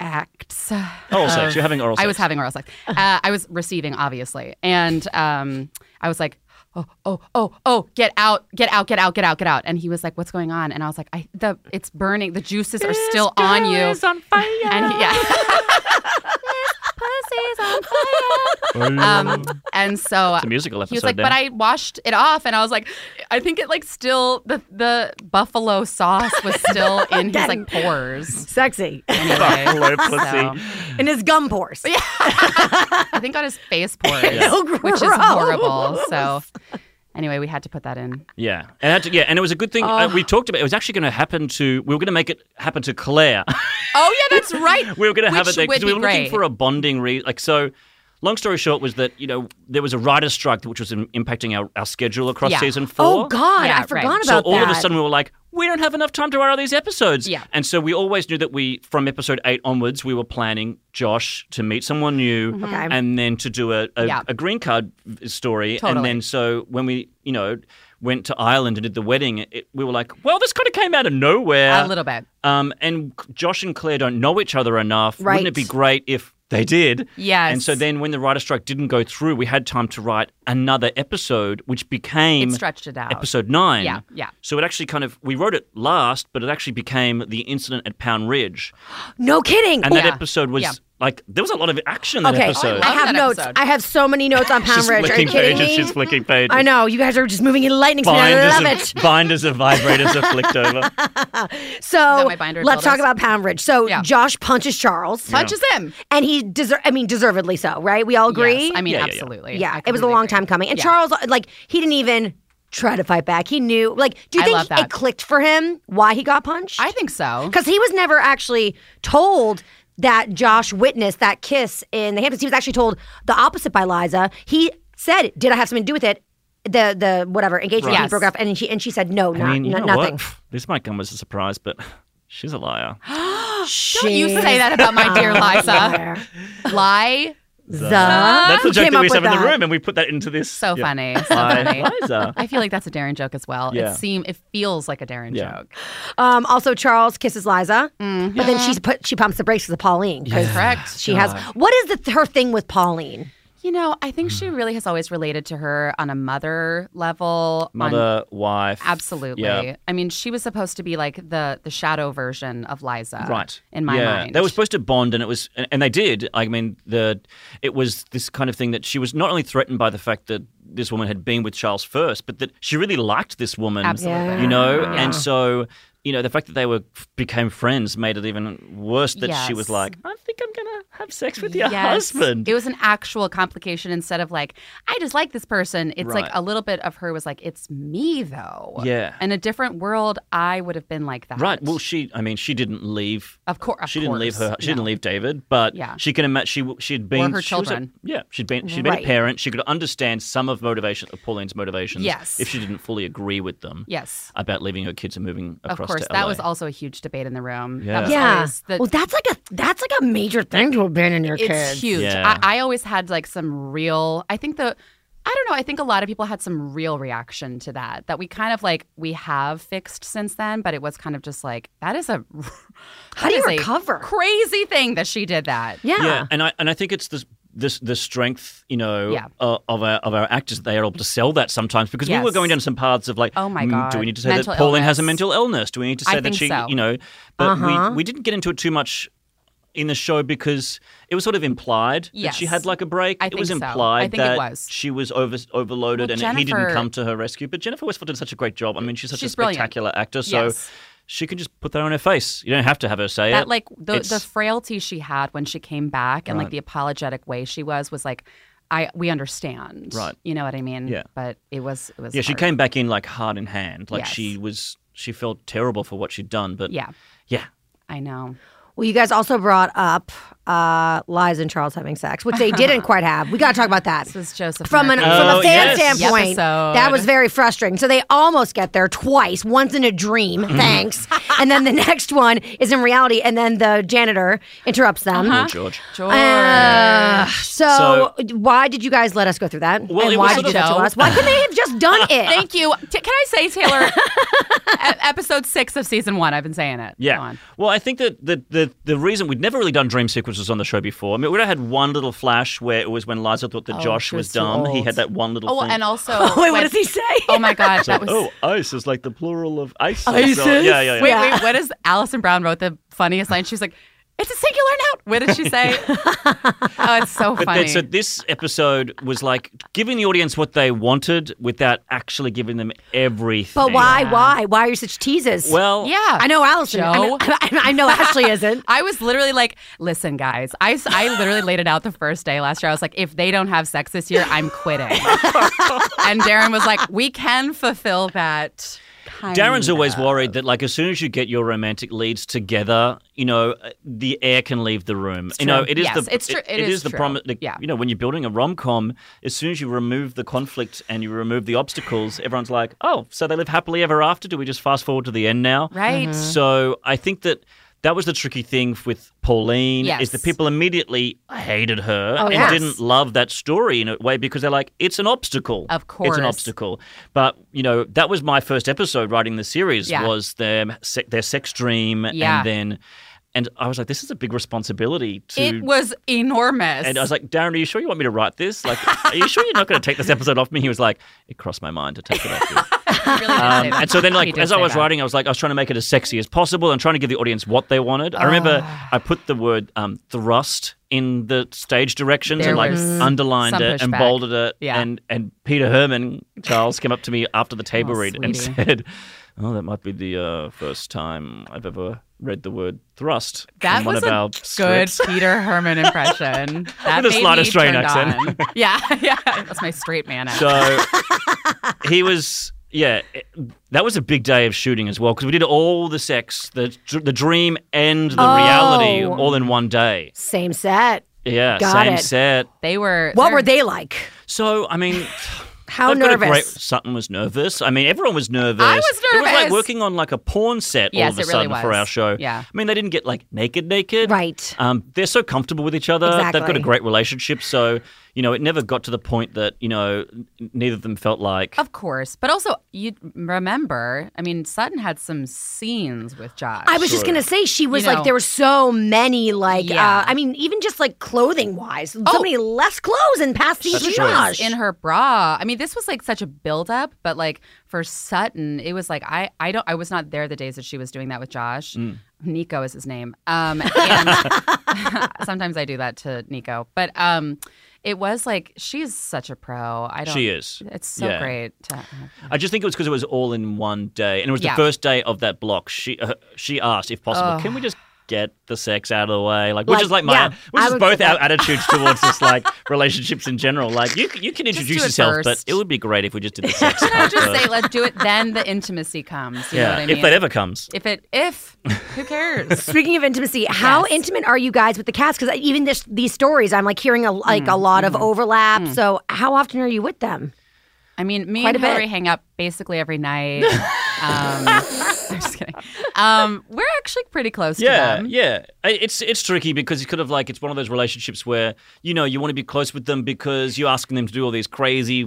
[SPEAKER 3] acts.
[SPEAKER 2] Oral sex. Oh, You're having oral sex.
[SPEAKER 3] I was having oral sex. Uh, I was receiving, obviously, and um, I was like, "Oh, oh, oh, oh! Get out! Get out! Get out! Get out! Get out!" And he was like, "What's going on?" And I was like, "I the it's burning. The juices are still on you."
[SPEAKER 2] on fire.
[SPEAKER 3] and he, yeah. Pussy's on fire. um, and so
[SPEAKER 2] a musical
[SPEAKER 3] Uh, he was
[SPEAKER 2] episode
[SPEAKER 3] like,
[SPEAKER 2] then.
[SPEAKER 3] but I washed it off, and I was like, I think it like still the the buffalo sauce was still in his like pores.
[SPEAKER 1] Sexy.
[SPEAKER 3] Anyway,
[SPEAKER 2] Hello, pussy.
[SPEAKER 3] so-
[SPEAKER 1] And his gum pores. Yeah.
[SPEAKER 3] I think on his face pores,
[SPEAKER 1] Ew,
[SPEAKER 3] which is
[SPEAKER 1] gross.
[SPEAKER 3] horrible. So anyway, we had to put that in.
[SPEAKER 2] Yeah, and actually, yeah, and it was a good thing uh,
[SPEAKER 3] Oh.
[SPEAKER 2] we talked about. It was actually going to happen to. We were going to make it happen to Claire.
[SPEAKER 3] Oh yeah, that's right.
[SPEAKER 2] we were going to have it there
[SPEAKER 3] Which would
[SPEAKER 2] we
[SPEAKER 3] be
[SPEAKER 2] were looking
[SPEAKER 3] great.
[SPEAKER 2] for a bonding re like so. Long story short was that you know there was a writer's strike which was im- impacting our, our schedule across
[SPEAKER 3] Yeah.
[SPEAKER 2] season four.
[SPEAKER 1] Oh, God.
[SPEAKER 3] Yeah,
[SPEAKER 1] I forgot about
[SPEAKER 3] right.
[SPEAKER 2] So all
[SPEAKER 1] that.
[SPEAKER 2] of a sudden we were like, we don't have enough time to write all these episodes.
[SPEAKER 3] Yeah.
[SPEAKER 2] And so we always knew that we, from episode eight onwards, we were planning Josh to meet someone new
[SPEAKER 1] Okay.
[SPEAKER 2] and then to do a, a,
[SPEAKER 3] Mm-hmm. Yeah.
[SPEAKER 2] a green card story.
[SPEAKER 3] Totally.
[SPEAKER 2] And then so when we, you know, went to Ireland and did the wedding, it, we were like, well, this kind of came out of nowhere.
[SPEAKER 3] a little bit.
[SPEAKER 2] Um, and Josh and Claire don't know each other enough. Wouldn't
[SPEAKER 1] Right.
[SPEAKER 2] it be great if they did?
[SPEAKER 3] Yes.
[SPEAKER 2] And so then when the writer strike didn't go through, we had time to write another episode, which became
[SPEAKER 3] It stretched it out.
[SPEAKER 2] episode nine.
[SPEAKER 3] Yeah, yeah.
[SPEAKER 2] So it actually kind of, we wrote it last, but it actually became the incident at Pound Ridge.
[SPEAKER 1] No kidding.
[SPEAKER 2] And that
[SPEAKER 3] Yeah,
[SPEAKER 2] episode was
[SPEAKER 3] yeah.
[SPEAKER 2] like, there was a lot of action in that
[SPEAKER 1] okay, Oh,
[SPEAKER 2] episode.
[SPEAKER 1] I
[SPEAKER 3] love
[SPEAKER 1] have
[SPEAKER 3] that
[SPEAKER 1] notes.
[SPEAKER 3] episode.
[SPEAKER 1] I have so many notes on Pound
[SPEAKER 2] She's
[SPEAKER 1] Ridge. Are you
[SPEAKER 2] flicking
[SPEAKER 1] kidding me?
[SPEAKER 2] pages, she's flicking pages.
[SPEAKER 1] I know you guys are just moving in lightning speed. I love it.
[SPEAKER 2] Binders of, binders of vibrators are flicked over.
[SPEAKER 1] So
[SPEAKER 3] my binder
[SPEAKER 1] let's
[SPEAKER 3] dildos?
[SPEAKER 1] talk about Pound Ridge. So
[SPEAKER 3] Yeah.
[SPEAKER 1] Josh punches Charles,
[SPEAKER 3] Punches him.
[SPEAKER 1] and he deserve. I mean, deservedly so, right? We all agree.
[SPEAKER 3] Yes, I mean,
[SPEAKER 2] Yeah, yeah, yeah.
[SPEAKER 3] absolutely.
[SPEAKER 1] yeah,
[SPEAKER 3] I
[SPEAKER 1] it was a
[SPEAKER 3] completely
[SPEAKER 1] long
[SPEAKER 3] agree.
[SPEAKER 1] time coming. And
[SPEAKER 3] Yeah.
[SPEAKER 1] Charles, like, he didn't even try to fight back. He knew. Like, do you
[SPEAKER 3] I love
[SPEAKER 1] think
[SPEAKER 3] that.
[SPEAKER 1] it clicked for him why he got punched?
[SPEAKER 3] I think so.
[SPEAKER 1] because he was never actually told that Josh witnessed that kiss in the Hamptons. He was actually told the opposite by Liza. He said, "Did I have something to do with it?" The the whatever engagement
[SPEAKER 3] Right.
[SPEAKER 1] he broke off, and she and she said, "No, not,
[SPEAKER 2] I mean, you
[SPEAKER 1] not-
[SPEAKER 2] know
[SPEAKER 1] nothing."
[SPEAKER 2] what? This might come as a surprise, but she's a liar.
[SPEAKER 3] Don't you say that about my dear Liza. Lie.
[SPEAKER 1] The
[SPEAKER 2] That's the
[SPEAKER 1] Who
[SPEAKER 2] joke
[SPEAKER 1] came
[SPEAKER 2] that
[SPEAKER 1] up
[SPEAKER 2] we used to
[SPEAKER 1] with
[SPEAKER 2] have in the
[SPEAKER 1] that?
[SPEAKER 2] room, and we put that into this.
[SPEAKER 3] So funny. So
[SPEAKER 2] Hi,
[SPEAKER 3] funny.
[SPEAKER 2] Liza.
[SPEAKER 3] I feel like that's a Darren joke as well.
[SPEAKER 2] Yeah.
[SPEAKER 3] It seem it feels like a Darren
[SPEAKER 2] Yeah.
[SPEAKER 3] joke.
[SPEAKER 1] Um, also, Charles kisses Liza, but then
[SPEAKER 2] Mm-hmm.
[SPEAKER 1] she's put she pumps the brakes because of Pauline. 'cause
[SPEAKER 3] Correct.
[SPEAKER 1] She has what is the, her thing with Pauline?
[SPEAKER 3] You know, I think she really has always related to her on a mother level. on-
[SPEAKER 2] Mother, wife.
[SPEAKER 3] absolutely.
[SPEAKER 2] Yeah.
[SPEAKER 3] I mean, she was supposed to be like the the shadow version of Liza.
[SPEAKER 2] Right.
[SPEAKER 3] uh, In my
[SPEAKER 2] yeah.
[SPEAKER 3] mind.
[SPEAKER 2] They were supposed to bond, and it was, and, and they did. I mean, the it was this kind of thing that she was not only threatened by the fact that this woman had been with Charles first, but that she really liked this woman.
[SPEAKER 3] Absolutely.
[SPEAKER 1] Yeah.
[SPEAKER 2] You know,
[SPEAKER 1] Yeah.
[SPEAKER 2] and so. You know the fact that they were became friends made it even worse. That she was
[SPEAKER 3] Yes.
[SPEAKER 2] like, "I think I'm gonna have sex with your
[SPEAKER 3] Yes.
[SPEAKER 2] husband."
[SPEAKER 3] It was an actual complication instead of like, I just like this person. It's
[SPEAKER 2] Right.
[SPEAKER 3] like a little bit of her was like, it's me though.
[SPEAKER 2] Yeah.
[SPEAKER 3] In a different world, I would have been like that.
[SPEAKER 2] Right. Well, she. I mean, she didn't leave.
[SPEAKER 3] Of cour- of
[SPEAKER 2] she didn't leave
[SPEAKER 3] course,
[SPEAKER 2] her. She
[SPEAKER 3] no.
[SPEAKER 2] didn't leave David, but
[SPEAKER 3] Yeah.
[SPEAKER 2] she can imagine. She w- she had been
[SPEAKER 3] her
[SPEAKER 2] she was a-
[SPEAKER 3] children.
[SPEAKER 2] yeah, she'd been she'd been
[SPEAKER 1] Right.
[SPEAKER 2] a parent. She could understand some of motivation of Pauline's motivations.
[SPEAKER 3] Yes.
[SPEAKER 2] If she didn't fully agree with them.
[SPEAKER 3] yes.
[SPEAKER 2] About leaving her kids and moving across
[SPEAKER 3] Of course,
[SPEAKER 2] to LA.
[SPEAKER 3] that was also a huge debate in the room.
[SPEAKER 2] Yeah.
[SPEAKER 3] That was
[SPEAKER 1] Yeah.
[SPEAKER 3] always the-
[SPEAKER 1] well, that's like a that's like a major thing to abandon your
[SPEAKER 3] it's
[SPEAKER 1] kids.
[SPEAKER 3] huge.
[SPEAKER 2] Yeah.
[SPEAKER 3] I, I always had like some real. I think the. I don't know. I think a lot of people had some real reaction to that. That we kind of like we have fixed since then, but it was kind of just like that is a.
[SPEAKER 1] How do you
[SPEAKER 3] that is a
[SPEAKER 1] recover?
[SPEAKER 3] Crazy thing that she did that.
[SPEAKER 1] Yeah.
[SPEAKER 2] Yeah, and I and I think it's this this the strength you know
[SPEAKER 3] Yeah.
[SPEAKER 2] uh, of our of our actors they are able to sell that sometimes because we were
[SPEAKER 3] Yes.
[SPEAKER 2] going down some paths of like
[SPEAKER 3] Oh my
[SPEAKER 2] mm, do
[SPEAKER 3] God.
[SPEAKER 2] we need to say
[SPEAKER 3] Mental
[SPEAKER 2] that Pauline has a
[SPEAKER 3] illness.
[SPEAKER 2] mental illness do we need to
[SPEAKER 3] I
[SPEAKER 2] say that
[SPEAKER 3] think
[SPEAKER 2] she
[SPEAKER 3] so.
[SPEAKER 2] you know but
[SPEAKER 1] Uh-huh.
[SPEAKER 2] we we didn't get into it too much in the show because it was sort of implied that she
[SPEAKER 3] Yes.
[SPEAKER 2] had like a break
[SPEAKER 3] I
[SPEAKER 2] it was
[SPEAKER 3] think so. I
[SPEAKER 2] implied
[SPEAKER 3] think it
[SPEAKER 2] that
[SPEAKER 3] was.
[SPEAKER 2] she was over overloaded
[SPEAKER 3] Well,
[SPEAKER 2] and he didn't
[SPEAKER 3] Jennifer-
[SPEAKER 2] come to her rescue but Jennifer Westphal did such a great job I mean she's such a
[SPEAKER 3] She's brilliant.
[SPEAKER 2] spectacular actor so
[SPEAKER 3] Yes.
[SPEAKER 2] she can just put that on her face you don't have to have her say
[SPEAKER 3] That
[SPEAKER 2] it
[SPEAKER 3] like the the
[SPEAKER 2] It's-
[SPEAKER 3] frailty she had when she came back and
[SPEAKER 2] Right.
[SPEAKER 3] like the apologetic way she was was like, I we understand.
[SPEAKER 2] Right.
[SPEAKER 3] You know what I mean?
[SPEAKER 2] Yeah.
[SPEAKER 3] But it was it was
[SPEAKER 2] Yeah, she
[SPEAKER 3] hard.
[SPEAKER 2] came back in like hard in hand. Like
[SPEAKER 3] Yes.
[SPEAKER 2] she was, she felt terrible for what she'd done. But
[SPEAKER 3] Yeah.
[SPEAKER 2] yeah,
[SPEAKER 3] I know.
[SPEAKER 1] Well, you guys also brought up uh, Liza and Charles having sex, which they didn't quite have. We got to talk about that.
[SPEAKER 3] This is Joseph
[SPEAKER 1] From, an,
[SPEAKER 3] Murphy.
[SPEAKER 1] from
[SPEAKER 2] Oh,
[SPEAKER 1] a fan
[SPEAKER 2] yes.
[SPEAKER 1] standpoint,
[SPEAKER 3] Episode.
[SPEAKER 1] that was uh, very frustrating. So they almost get there twice, once in a dream,
[SPEAKER 3] Mm-hmm.
[SPEAKER 1] thanks. and then the next one is in reality, and then the janitor interrupts them.
[SPEAKER 3] Uh-huh.
[SPEAKER 2] Lord George.
[SPEAKER 3] George.
[SPEAKER 1] Uh, so, why did you guys let us go through that?
[SPEAKER 2] Well, it
[SPEAKER 1] and
[SPEAKER 2] was
[SPEAKER 1] why
[SPEAKER 2] sort
[SPEAKER 1] did you do
[SPEAKER 2] of-
[SPEAKER 1] that to us? Why couldn't they have just done it?
[SPEAKER 3] Thank you. T- can I say, Taylor? e- episode six of season one. I've been saying it. Go
[SPEAKER 2] Yeah.
[SPEAKER 3] on.
[SPEAKER 2] Well, I think that the, the the reason we'd never really done dream sequences on the show before. I mean, we'd had one little flash where it was when Liza thought that
[SPEAKER 3] Oh,
[SPEAKER 2] Josh
[SPEAKER 3] she
[SPEAKER 2] was,
[SPEAKER 3] was too
[SPEAKER 2] dumb. He
[SPEAKER 3] old.
[SPEAKER 2] had that one little
[SPEAKER 3] Oh,
[SPEAKER 2] thing.
[SPEAKER 3] and also.
[SPEAKER 1] Wait, what
[SPEAKER 3] when-
[SPEAKER 1] does he say?
[SPEAKER 3] Oh my God, that was.
[SPEAKER 2] oh, ice is like the plural of ice.
[SPEAKER 1] Isis?
[SPEAKER 2] Yeah, yeah, yeah.
[SPEAKER 3] Wait,
[SPEAKER 1] Yeah.
[SPEAKER 3] wait. What is Alison Brown wrote the funniest line? She was like, "It's a singular noun." What did she say? oh, it's so
[SPEAKER 2] But then,
[SPEAKER 3] funny.
[SPEAKER 2] so this episode was like giving the audience what they wanted without actually giving them everything.
[SPEAKER 1] But why? Why? Why are you such teases?
[SPEAKER 2] Well,
[SPEAKER 3] yeah,
[SPEAKER 1] I know Allison. I, know,
[SPEAKER 3] Joe.
[SPEAKER 1] I know Ashley isn't.
[SPEAKER 3] I was literally like, listen, guys, I, s- I literally laid it out the first day last year. I was like, if they don't have sex this year, I'm quitting. and Darren was like, we can fulfill that. Kind
[SPEAKER 2] Darren's always
[SPEAKER 3] of.
[SPEAKER 2] worried that, like, as soon as you get your romantic leads together, you know, uh, the air can leave the room. you know,
[SPEAKER 3] true.
[SPEAKER 2] it is
[SPEAKER 3] Yes,
[SPEAKER 2] the
[SPEAKER 3] it's true. It
[SPEAKER 2] it
[SPEAKER 3] is
[SPEAKER 2] is, the
[SPEAKER 3] true.
[SPEAKER 2] promise. Like,
[SPEAKER 3] Yeah.
[SPEAKER 2] You know, when you're building a rom com, as soon as you remove the conflict and you remove the obstacles, everyone's like, oh, so they live happily ever after. Do we just fast forward to the end now? Mm-hmm.
[SPEAKER 3] Right. Mm-hmm.
[SPEAKER 2] So I think that. That was the tricky thing with Pauline is
[SPEAKER 3] Yes.
[SPEAKER 2] that people immediately hated her
[SPEAKER 1] Oh,
[SPEAKER 2] and
[SPEAKER 1] yes.
[SPEAKER 2] didn't love that story in a way because they're like, it's an obstacle.
[SPEAKER 3] Of
[SPEAKER 2] It's an
[SPEAKER 3] course.
[SPEAKER 2] obstacle. But, you know, that was my first episode writing the series
[SPEAKER 3] Yeah.
[SPEAKER 2] was their, se- their sex dream
[SPEAKER 3] Yeah.
[SPEAKER 2] and then and I was like, this is a big responsibility to
[SPEAKER 3] It was enormous.
[SPEAKER 2] and I was like, Darren, are you sure you want me to write this? Like, are you sure you're not going to take this episode off me? He was like, it crossed my mind to take it off you.
[SPEAKER 3] He really did say
[SPEAKER 2] Um,
[SPEAKER 3] that.
[SPEAKER 2] and so then,
[SPEAKER 3] He
[SPEAKER 2] like,
[SPEAKER 3] did
[SPEAKER 2] as I
[SPEAKER 3] say
[SPEAKER 2] was
[SPEAKER 3] that.
[SPEAKER 2] writing, I was like, I was trying to make it as sexy as possible and trying to give the audience what they wanted. I remember
[SPEAKER 3] Ah.
[SPEAKER 2] I put the word um, thrust in the stage directions
[SPEAKER 3] There
[SPEAKER 2] and like
[SPEAKER 3] was
[SPEAKER 2] underlined
[SPEAKER 3] some
[SPEAKER 2] it and
[SPEAKER 3] pushback.
[SPEAKER 2] bolded it.
[SPEAKER 3] Yeah.
[SPEAKER 2] And and Peter Herman Charles came up to me after the table
[SPEAKER 3] Oh,
[SPEAKER 2] read and
[SPEAKER 3] sweetie.
[SPEAKER 2] said, "Oh, that might be the uh, first time I've ever read the word thrust."
[SPEAKER 3] That
[SPEAKER 2] in one
[SPEAKER 3] was
[SPEAKER 2] of
[SPEAKER 3] a
[SPEAKER 2] our
[SPEAKER 3] good
[SPEAKER 2] scripts."
[SPEAKER 3] Peter Herman impression. That
[SPEAKER 2] With a
[SPEAKER 3] made
[SPEAKER 2] slight
[SPEAKER 3] me
[SPEAKER 2] Australian
[SPEAKER 3] turned
[SPEAKER 2] accent.
[SPEAKER 3] on. yeah, yeah. That's my straight man accent.
[SPEAKER 2] So he was, yeah, it- that was a big day of shooting as well because we did all the sex, the dr- the dream, and the reality
[SPEAKER 1] Oh.
[SPEAKER 2] all in one day.
[SPEAKER 1] Same set.
[SPEAKER 2] Yeah,
[SPEAKER 1] Got
[SPEAKER 2] same
[SPEAKER 1] it.
[SPEAKER 2] set.
[SPEAKER 3] They were.
[SPEAKER 1] What
[SPEAKER 3] they're-
[SPEAKER 1] were they like?
[SPEAKER 2] So I mean.
[SPEAKER 1] How
[SPEAKER 2] I've got a
[SPEAKER 1] nervous?
[SPEAKER 2] great- Sutton was nervous. I mean, everyone was nervous.
[SPEAKER 3] Oh, I was
[SPEAKER 2] It was like
[SPEAKER 3] nervous.
[SPEAKER 2] working on like a porn set all
[SPEAKER 3] Yes,
[SPEAKER 2] of a
[SPEAKER 3] it really
[SPEAKER 2] sudden for
[SPEAKER 3] was.
[SPEAKER 2] our show.
[SPEAKER 3] Yeah.
[SPEAKER 2] I mean, they didn't get like naked, naked.
[SPEAKER 1] Right.
[SPEAKER 2] Um, they're so comfortable with each other. They've got a
[SPEAKER 1] Exactly.
[SPEAKER 2] great relationship. So, you know, it never got to the point that, you know, n- neither of them felt like,
[SPEAKER 3] Of course, but also you remember. I mean, Sutton had some scenes with Josh.
[SPEAKER 1] I was just gonna say she was
[SPEAKER 3] You
[SPEAKER 1] like
[SPEAKER 3] know.
[SPEAKER 1] there were so many like
[SPEAKER 3] Yeah. Oh.
[SPEAKER 1] uh, I mean even just like clothing wise so many less clothes and past Oh these
[SPEAKER 2] That's
[SPEAKER 1] to
[SPEAKER 2] true.
[SPEAKER 1] Josh.
[SPEAKER 3] in her bra. I mean, this was like such a buildup, but like for Sutton, it was like I I don't I was not there the days that she was doing that with Josh.
[SPEAKER 2] Mm.
[SPEAKER 3] Nico is his name. Um, and sometimes I do that to Nico, but um, it was like she's such a pro. I don't.
[SPEAKER 2] she is.
[SPEAKER 3] It's so
[SPEAKER 2] Yeah.
[SPEAKER 3] great. To,
[SPEAKER 2] I just think it was because it was all in one day, and it was the
[SPEAKER 3] Yeah.
[SPEAKER 2] first day of that block. She uh, she asked if possible, can we just get the sex out of the way, like which
[SPEAKER 1] Like,
[SPEAKER 2] is like my
[SPEAKER 1] yeah,
[SPEAKER 2] which
[SPEAKER 1] I
[SPEAKER 2] is
[SPEAKER 1] would
[SPEAKER 2] both
[SPEAKER 1] do
[SPEAKER 2] our
[SPEAKER 1] that.
[SPEAKER 2] attitudes towards this like relationships in general. Like you c- you can introduce
[SPEAKER 3] do it
[SPEAKER 2] yourself, but
[SPEAKER 3] first.
[SPEAKER 2] it would be great if we just did the sex.
[SPEAKER 3] Can I
[SPEAKER 2] part
[SPEAKER 3] just
[SPEAKER 2] first.
[SPEAKER 3] say, let's do it. Then the intimacy comes. You know
[SPEAKER 2] yeah,
[SPEAKER 3] what I mean?
[SPEAKER 2] if that ever comes.
[SPEAKER 3] if it if who cares?
[SPEAKER 1] Speaking of intimacy, how
[SPEAKER 3] Yes.
[SPEAKER 1] intimate are you guys with the cast? Because even this, these stories, I'm like hearing a,
[SPEAKER 3] Mm.
[SPEAKER 1] like a lot
[SPEAKER 3] Mm-hmm.
[SPEAKER 1] of overlap. So how often are you with them?
[SPEAKER 3] I mean, me
[SPEAKER 1] Quite
[SPEAKER 3] and
[SPEAKER 1] a bit.
[SPEAKER 3] Hillary hang out basically every night. um, I'm just kidding. Um, we're actually pretty close
[SPEAKER 2] Yeah,
[SPEAKER 3] to them.
[SPEAKER 2] yeah. I- It's it's tricky because it's kind of like it's one of those relationships where you know you want to be close with them because you're asking them to do all these crazy,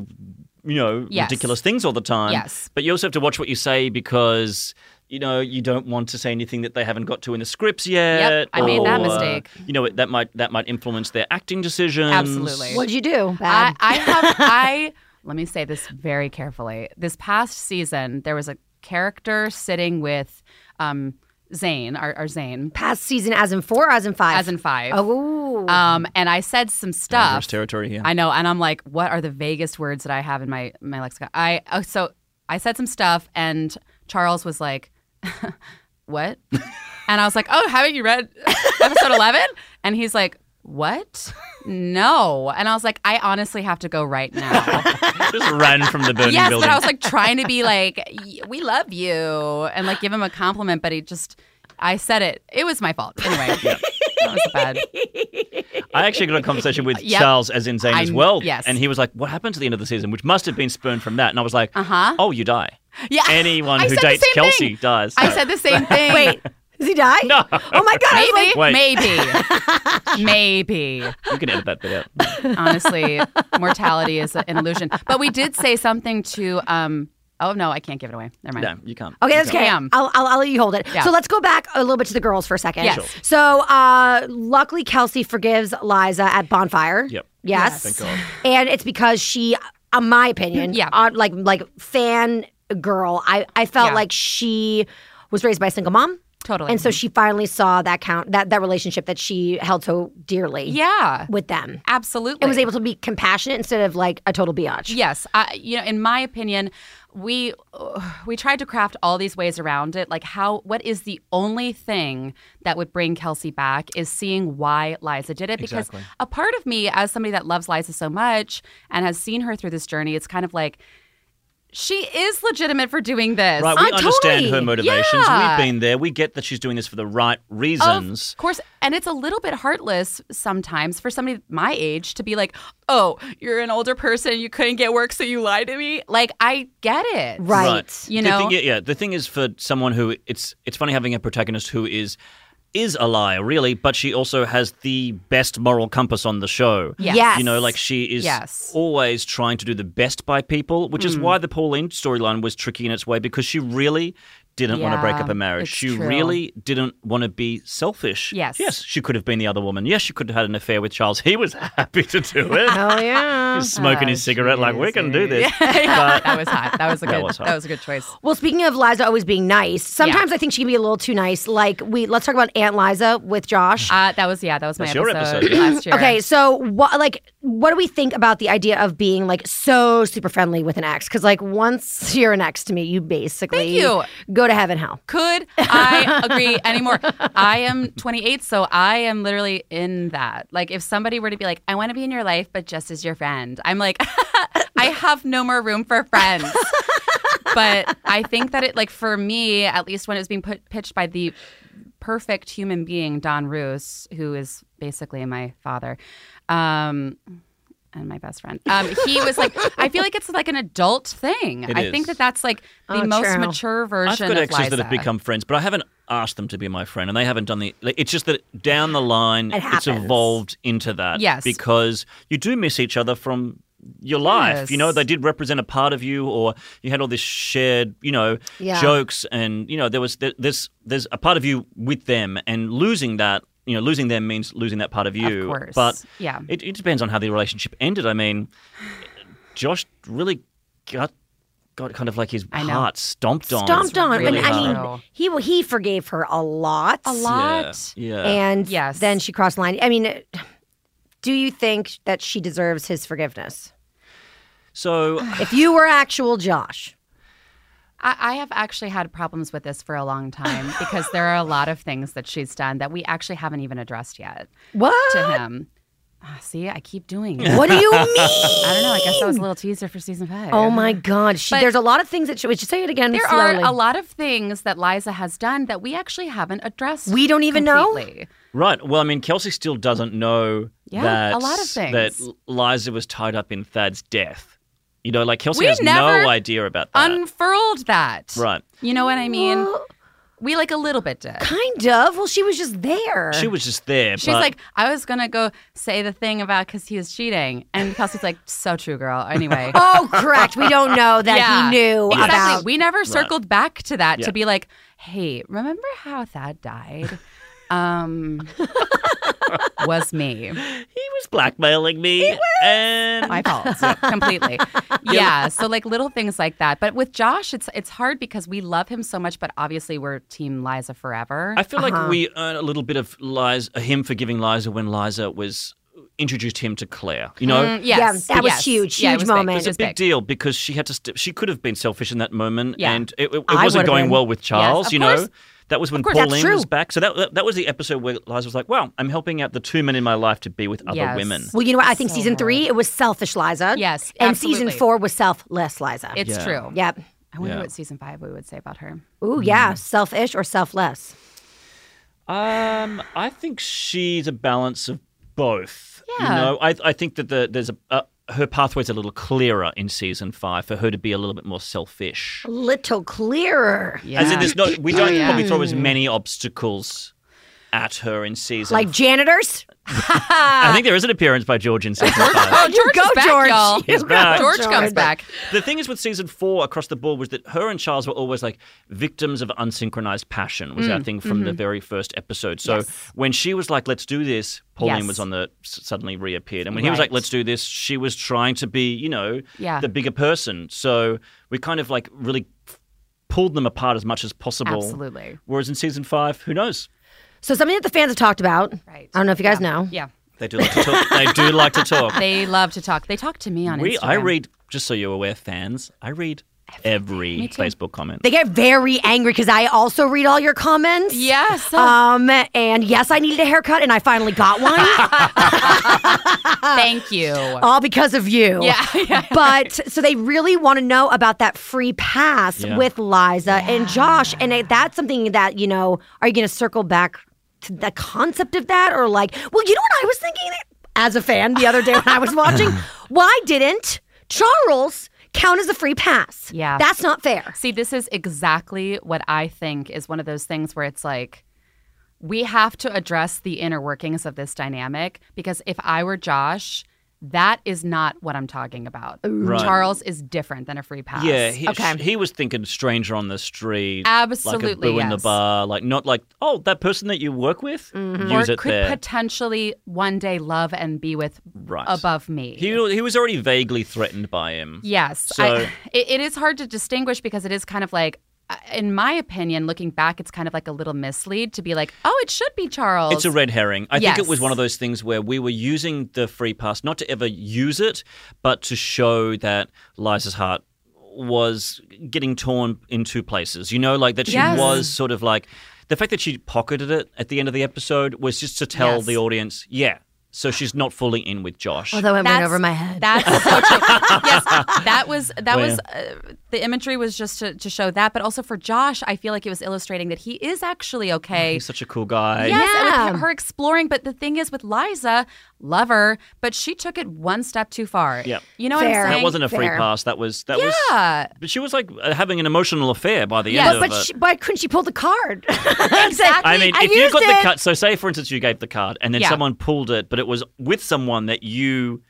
[SPEAKER 2] you know,
[SPEAKER 3] Yes.
[SPEAKER 2] ridiculous things all the time.
[SPEAKER 3] Yes.
[SPEAKER 2] But you also have to watch what you say because you know you don't want to say anything that they haven't got to in the scripts yet.
[SPEAKER 3] I made that
[SPEAKER 2] or, uh,
[SPEAKER 3] mistake.
[SPEAKER 2] You know that might that might influence their acting decisions.
[SPEAKER 3] Absolutely.
[SPEAKER 1] What'd you do?
[SPEAKER 3] I,
[SPEAKER 1] Bad.
[SPEAKER 3] I have I let me say this very carefully. This past season, there was a character sitting with um, Zane, our, our Zane,
[SPEAKER 1] Past season, as in four, as in five,
[SPEAKER 3] as in five.
[SPEAKER 1] oh,
[SPEAKER 3] Um, and I said some
[SPEAKER 2] Dangerous
[SPEAKER 3] stuff.
[SPEAKER 2] territory here.
[SPEAKER 3] I know, and I'm like, what are the vaguest words that I have in my my lexicon? I oh, so I said some stuff, and Charles was like, "What?" and I was like, "Oh, haven't you read episode 11?" And he's like, "What? No." And I was like, "I honestly have to go right now."
[SPEAKER 2] just ran from the burning
[SPEAKER 3] yes,
[SPEAKER 2] building.
[SPEAKER 3] but I was like trying to be like, "Y- "We love you," and like give him a compliment, but he just. I said it. It was my fault. Anyway, that was bad.
[SPEAKER 2] I actually got a conversation with
[SPEAKER 3] Yep.
[SPEAKER 2] Charles as in Zane as
[SPEAKER 3] I'm-
[SPEAKER 2] well.
[SPEAKER 3] yes.
[SPEAKER 2] And he was like, What happened to the end of the season? Which must have been spurned from that. And I was like,
[SPEAKER 3] Uh-huh.
[SPEAKER 2] Oh, you die.
[SPEAKER 3] Yeah,
[SPEAKER 2] Anyone
[SPEAKER 3] I
[SPEAKER 2] who
[SPEAKER 3] said the
[SPEAKER 2] dates
[SPEAKER 3] same
[SPEAKER 2] Kelsey
[SPEAKER 3] thing.
[SPEAKER 2] dies.
[SPEAKER 3] I said the same thing.
[SPEAKER 1] wait, does he die?
[SPEAKER 2] No.
[SPEAKER 1] Oh my god! I was
[SPEAKER 3] Maybe,
[SPEAKER 1] like,
[SPEAKER 2] Wait.
[SPEAKER 3] maybe, maybe.
[SPEAKER 2] You can edit that bit out.
[SPEAKER 3] Honestly, mortality is an illusion. But we did say something to. um Oh no, I can't give it away. Never mind.
[SPEAKER 2] No, you can't.
[SPEAKER 1] Okay,
[SPEAKER 2] You
[SPEAKER 1] that's okay.
[SPEAKER 3] Damn.
[SPEAKER 1] I'll, I'll, I'll let you hold it.
[SPEAKER 3] Yeah.
[SPEAKER 1] So let's go back a little bit to the girls for a second.
[SPEAKER 3] Yes. Sure.
[SPEAKER 1] So uh, luckily, Kelsey forgives Liza at Bonfire.
[SPEAKER 2] Yep.
[SPEAKER 1] Yes.
[SPEAKER 2] Thank God.
[SPEAKER 1] And it's because she, in my opinion,
[SPEAKER 3] Yeah.
[SPEAKER 1] uh, like like fan girl, I, I felt
[SPEAKER 3] Yeah. Mm-hmm.
[SPEAKER 1] like she was raised by a single mom.
[SPEAKER 3] Totally.
[SPEAKER 1] And so she finally saw that count that, that relationship that she held so dearly
[SPEAKER 3] yeah,
[SPEAKER 1] with them.
[SPEAKER 3] absolutely.
[SPEAKER 1] And was able to be compassionate instead of like a total biatch.
[SPEAKER 3] Yes, I, you know, in my opinion, we we tried to craft all these ways around it. Like, how? What is the only thing that would bring Kelsey back is seeing why Liza did it. Because
[SPEAKER 2] Exactly.
[SPEAKER 3] a part of me, as somebody that loves Liza so much and has seen her through this journey, it's kind of like she is legitimate for doing this.
[SPEAKER 2] Right,
[SPEAKER 1] Uh,
[SPEAKER 2] we understand
[SPEAKER 1] totally.
[SPEAKER 2] her motivations.
[SPEAKER 3] Ah, Yeah.
[SPEAKER 2] We've been there. We get that she's doing this for the right reasons.
[SPEAKER 3] Of course, and it's a little bit heartless sometimes for somebody my age to be like, "Oh, you're an older person, you couldn't get work, so you lied to me." Like, I get it,
[SPEAKER 1] Right.
[SPEAKER 3] You
[SPEAKER 2] The
[SPEAKER 3] know?
[SPEAKER 2] thing- yeah, yeah. The thing is, for someone who it's it's funny having a protagonist who is is a liar, really, but she also has the best moral compass on the show.
[SPEAKER 3] Yes.
[SPEAKER 1] Yes.
[SPEAKER 2] You know, Oh, like she is
[SPEAKER 3] Yes. Hmm.
[SPEAKER 2] always trying to do the best by people, which is why the Pauline storyline was tricky in its way because she really didn't want to break
[SPEAKER 3] Yeah,
[SPEAKER 2] up a marriage.
[SPEAKER 3] it's
[SPEAKER 2] She
[SPEAKER 3] true.
[SPEAKER 2] really didn't want to be selfish.
[SPEAKER 3] Yes.
[SPEAKER 2] Yes, she could have been the other woman. Yes, she could have had an affair with Charles. He was happy to do it.
[SPEAKER 1] Oh yeah.
[SPEAKER 2] He's smoking his
[SPEAKER 3] Oh,
[SPEAKER 2] cigarette, like, we can do this.
[SPEAKER 3] Ah, that was hot. That was a
[SPEAKER 2] That
[SPEAKER 3] good.
[SPEAKER 2] was hot.
[SPEAKER 3] That was a good choice.
[SPEAKER 1] Well, speaking of Liza always being nice, sometimes I think she can be a little too nice. Like we let's talk about Aunt Liza with Josh.
[SPEAKER 3] Uh, that was yeah. That was my
[SPEAKER 2] That's your episode.
[SPEAKER 3] last year.
[SPEAKER 1] Okay, so what like what do we think about the idea of being like so super friendly with an ex? Because like once you're an ex to me, you basically
[SPEAKER 3] Thank you.
[SPEAKER 1] go to heaven hell.
[SPEAKER 3] Could I agree anymore? I am 28, so I am literally in that. Like, if somebody were to be like, I want to be in your life, but just as your friend, I'm like, I have no more room for friends. but I think that it, like, for me, at least when it was being put, pitched by the perfect human being, Don Roos, who is basically my father. Um, and my best friend. Um, he was like, I feel like it's like an adult thing.
[SPEAKER 2] It
[SPEAKER 3] I
[SPEAKER 2] is.
[SPEAKER 3] think that that's like the
[SPEAKER 1] Oh,
[SPEAKER 3] most
[SPEAKER 1] true.
[SPEAKER 3] mature version
[SPEAKER 2] I've got
[SPEAKER 3] of
[SPEAKER 2] exes
[SPEAKER 3] Liza.
[SPEAKER 2] that have become friends, but I haven't asked them to be my friend, and they haven't done the. like, It's just that down the line,
[SPEAKER 1] It
[SPEAKER 2] it's
[SPEAKER 1] happens.
[SPEAKER 2] evolved into that.
[SPEAKER 3] Yes.
[SPEAKER 2] because you do miss each other from your life. You know,
[SPEAKER 3] Yes.
[SPEAKER 2] they did represent a part of you, or you had all this shared, you know,
[SPEAKER 1] Yeah.
[SPEAKER 2] jokes, and you know there was there, there's there's a part of you with them, and losing that, you know, losing them means losing that part of you.
[SPEAKER 3] course.
[SPEAKER 2] but
[SPEAKER 3] Yeah.
[SPEAKER 2] it, it depends on how the relationship ended. I mean, Josh really got. Got kind of like his
[SPEAKER 3] I know.
[SPEAKER 2] heart stomped on.
[SPEAKER 1] Stomped on.
[SPEAKER 2] really
[SPEAKER 1] and I
[SPEAKER 2] hard.
[SPEAKER 1] mean he he forgave her a lot.
[SPEAKER 3] a lot.
[SPEAKER 2] Yeah.
[SPEAKER 1] And
[SPEAKER 3] Yes.
[SPEAKER 1] then she crossed the line. I mean, do you think that she deserves his forgiveness?
[SPEAKER 2] so
[SPEAKER 1] If you were actual Josh.
[SPEAKER 3] I, I have actually had problems with this for a long time because there are a lot of things that she's done that we actually haven't even addressed yet
[SPEAKER 1] What?
[SPEAKER 3] to him. Ah, see, I keep doing it.
[SPEAKER 1] What do you mean?
[SPEAKER 3] I don't know. I guess that was a little teaser for season five.
[SPEAKER 1] Oh my God. She,
[SPEAKER 3] But-
[SPEAKER 1] there's a lot of things that she would you say it again
[SPEAKER 3] There
[SPEAKER 1] slowly.
[SPEAKER 3] are a lot of things that Liza has done that we actually haven't addressed.
[SPEAKER 1] We don't even know?
[SPEAKER 3] completely.
[SPEAKER 2] right. Well, I mean, Kelsey still doesn't know
[SPEAKER 3] Yeah,
[SPEAKER 2] that
[SPEAKER 3] a lot of things.
[SPEAKER 2] that Liza was tied up in Thad's death. You know, like Kelsey
[SPEAKER 3] We
[SPEAKER 2] has
[SPEAKER 3] never
[SPEAKER 2] no idea about that.
[SPEAKER 3] Unfurled that.
[SPEAKER 2] right.
[SPEAKER 3] You know what I mean?
[SPEAKER 1] Well,
[SPEAKER 3] We like a little bit did.
[SPEAKER 1] kind of. Well, she was just there.
[SPEAKER 2] She was just there.
[SPEAKER 3] She's
[SPEAKER 2] but
[SPEAKER 3] like, I was gonna go say the thing about because he was cheating, and Kelsey's like, so true, girl. Anyway,
[SPEAKER 1] Oh, correct. We don't know that he knew
[SPEAKER 3] exactly.
[SPEAKER 1] about.
[SPEAKER 3] We never circled back to that
[SPEAKER 2] Yeah.
[SPEAKER 3] to be like, hey, remember how Thad died? Um, was me.
[SPEAKER 2] he was blackmailing me. And
[SPEAKER 3] My fault. Completely. Yeah. So like little things like that. But with Josh, it's it's hard because we love him so much, but obviously we're team Liza forever.
[SPEAKER 2] I feel like we earn a little bit of Liza, him forgiving Liza when Liza was introduced him to Claire. You know,
[SPEAKER 3] Mm, yes.
[SPEAKER 1] Yeah, that was
[SPEAKER 3] Yes.
[SPEAKER 1] huge,
[SPEAKER 3] Yeah, it
[SPEAKER 1] huge
[SPEAKER 3] was big.
[SPEAKER 1] moment.
[SPEAKER 3] It was
[SPEAKER 2] It's a
[SPEAKER 3] big.
[SPEAKER 2] big deal because she had to. St- she could have been selfish in that moment,
[SPEAKER 3] Yeah.
[SPEAKER 2] and it, it, it
[SPEAKER 1] I
[SPEAKER 2] would've
[SPEAKER 1] would've
[SPEAKER 2] going
[SPEAKER 1] been.
[SPEAKER 2] well with Charles.
[SPEAKER 3] of
[SPEAKER 2] you know,
[SPEAKER 3] course.
[SPEAKER 2] that was when
[SPEAKER 1] course, that's
[SPEAKER 2] Pauline
[SPEAKER 1] true.
[SPEAKER 2] was back. So that, that that was the episode where Liza was like, "Wow, I'm helping out the two men in my life to be with other
[SPEAKER 3] Yes.
[SPEAKER 2] women."
[SPEAKER 1] well, you know what? I think
[SPEAKER 3] So
[SPEAKER 1] season three, it was selfish Liza.
[SPEAKER 3] Yes,
[SPEAKER 1] And season
[SPEAKER 3] absolutely.
[SPEAKER 1] four was selfless Liza.
[SPEAKER 3] It's
[SPEAKER 2] Yeah.
[SPEAKER 3] true.
[SPEAKER 1] yep.
[SPEAKER 3] I wonder
[SPEAKER 2] Yeah.
[SPEAKER 3] what season five we would say about her.
[SPEAKER 2] Mm.
[SPEAKER 1] Ooh, yeah. Selfish or selfless?
[SPEAKER 2] Um, I think she's a balance of both.
[SPEAKER 3] Yeah.
[SPEAKER 2] You know, I I think that the there's a. Uh, her pathway's a little clearer in season five for her to be a little bit more selfish.
[SPEAKER 1] A little clearer.
[SPEAKER 2] As in, there's no, we don't
[SPEAKER 3] yeah. Mm.
[SPEAKER 2] probably throw as many obstacles at her in season.
[SPEAKER 1] Like janitors?
[SPEAKER 2] I think there is an appearance by George in season five.
[SPEAKER 3] Oh, George
[SPEAKER 1] go,
[SPEAKER 3] is back,
[SPEAKER 1] George.
[SPEAKER 3] y'all.
[SPEAKER 1] He's
[SPEAKER 2] back.
[SPEAKER 3] George comes
[SPEAKER 1] George.
[SPEAKER 3] back.
[SPEAKER 2] The thing is with season four across the board was that her and Charles were always like victims of unsynchronized passion was
[SPEAKER 3] Mm.
[SPEAKER 2] our thing
[SPEAKER 3] Mm-hmm.
[SPEAKER 2] from the very first episode. So when she was like, "Let's do this," Pauline
[SPEAKER 3] Yes.
[SPEAKER 2] was on the s- suddenly reappeared, and when he was
[SPEAKER 3] Right.
[SPEAKER 2] like, "Let's do this," she was trying to be, you know,
[SPEAKER 3] Yeah.
[SPEAKER 2] the bigger person. So we kind of like really pulled them apart as much as possible.
[SPEAKER 3] Absolutely.
[SPEAKER 2] Whereas in season five, who knows?
[SPEAKER 1] So something that the fans have talked about.
[SPEAKER 3] Right.
[SPEAKER 1] I don't know if you guys know.
[SPEAKER 3] Yeah.
[SPEAKER 2] They do like to talk. they do like to talk.
[SPEAKER 3] They love to talk. They talk to me on
[SPEAKER 2] We,
[SPEAKER 3] Instagram.
[SPEAKER 2] I read, just so you're aware, fans, I read every
[SPEAKER 3] too.
[SPEAKER 2] Facebook comment.
[SPEAKER 1] They get very angry because I also read all your comments.
[SPEAKER 3] Yes.
[SPEAKER 1] Um, and yes, I needed a haircut and I finally got one,
[SPEAKER 3] thank you.
[SPEAKER 1] all because of you.
[SPEAKER 3] yeah. yeah.
[SPEAKER 1] but so they really want to know about that free pass
[SPEAKER 2] Yeah.
[SPEAKER 1] with Liza and Josh, and it, that's something that you know. Are you going to circle back to the concept of that, or like, well, you know what I was thinking as a fan the other day when I was watching? Why didn't Charles count as a free pass?
[SPEAKER 3] Yeah.
[SPEAKER 1] that's not fair.
[SPEAKER 3] See, this is exactly what I think is one of those things where it's like, we have to address the inner workings of this dynamic because if I were Josh, that is not what I'm talking about.
[SPEAKER 2] Right.
[SPEAKER 3] Charles is different than a free pass.
[SPEAKER 2] Yeah, he,
[SPEAKER 1] Okay.
[SPEAKER 2] he was thinking stranger on the street, like a
[SPEAKER 3] Absolutely,
[SPEAKER 2] boo in the
[SPEAKER 3] yes. Mm-hmm.
[SPEAKER 2] bar, like not like oh that person that you work with,
[SPEAKER 3] or
[SPEAKER 2] use it
[SPEAKER 3] could
[SPEAKER 2] there.
[SPEAKER 3] potentially one day love and be with
[SPEAKER 2] right
[SPEAKER 3] above me.
[SPEAKER 2] He he was already vaguely threatened by him.
[SPEAKER 3] Yes.
[SPEAKER 2] So-
[SPEAKER 3] I, it, it is hard to distinguish because it is kind of like, uh, in my opinion, looking back, it's kind of like a little mislead to be like, oh, it should be Charles.
[SPEAKER 2] It's a red herring. I think
[SPEAKER 3] Yes.
[SPEAKER 2] it was one of those things where we were using the free pass not to ever use it, but to show that Liza's heart was getting torn in two places. You know, like that she
[SPEAKER 3] Yes.
[SPEAKER 2] was sort of like the fact that she pocketed it at the end of the episode was just to tell
[SPEAKER 3] Yes.
[SPEAKER 2] the audience, yeah. So she's not fully in with Josh.
[SPEAKER 1] Although it went
[SPEAKER 3] That's-
[SPEAKER 1] over my head.
[SPEAKER 3] That's so true. yes, that was that
[SPEAKER 2] Oh,
[SPEAKER 3] was uh, the imagery was just to, to show that, but also for Josh, I feel like it was illustrating that he is actually okay.
[SPEAKER 2] He's such a cool guy.
[SPEAKER 3] Yes, and
[SPEAKER 1] Yeah.
[SPEAKER 3] with her exploring, but the thing is with Liza, love her, but she took it one step too far.
[SPEAKER 2] Yep.
[SPEAKER 3] you know what
[SPEAKER 1] Fair.
[SPEAKER 3] I'm saying?
[SPEAKER 2] That wasn't a free
[SPEAKER 1] Fair.
[SPEAKER 2] pass. That was that was.
[SPEAKER 3] yeah.
[SPEAKER 2] But she was like uh, having an emotional affair by the
[SPEAKER 3] Yes.
[SPEAKER 2] end
[SPEAKER 1] but
[SPEAKER 2] of it.
[SPEAKER 1] she, why couldn't she pull the card?
[SPEAKER 3] Exactly.
[SPEAKER 2] I mean,
[SPEAKER 1] I
[SPEAKER 2] if you
[SPEAKER 1] used
[SPEAKER 2] got
[SPEAKER 1] it.
[SPEAKER 2] the card, so say for instance you gave the card and then
[SPEAKER 3] Yeah.
[SPEAKER 2] someone pulled it, but it was with someone that you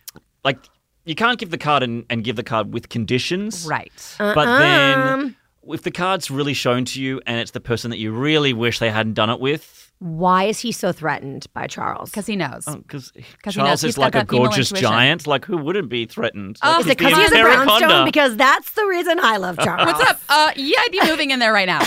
[SPEAKER 2] like. You can't give the card and, and give the card with conditions,
[SPEAKER 3] Right.
[SPEAKER 2] But then if the card's really shown to you and it's the person that you really wish they hadn't done it with,
[SPEAKER 1] Why is he so threatened by Charles?
[SPEAKER 3] Because he knows.
[SPEAKER 2] because
[SPEAKER 3] knows
[SPEAKER 2] Charles
[SPEAKER 3] he's
[SPEAKER 2] is
[SPEAKER 3] got
[SPEAKER 2] like a
[SPEAKER 3] that female
[SPEAKER 2] gorgeous
[SPEAKER 3] intuition.
[SPEAKER 2] giant, like who wouldn't be threatened? Like,
[SPEAKER 3] Oh,
[SPEAKER 1] Is
[SPEAKER 2] he's
[SPEAKER 1] it because
[SPEAKER 2] the
[SPEAKER 1] he has a
[SPEAKER 2] Anaconda.
[SPEAKER 1] brownstone? Because that's the reason I love Charles.
[SPEAKER 3] What's up? Uh, yeah, I'd be moving in there right now.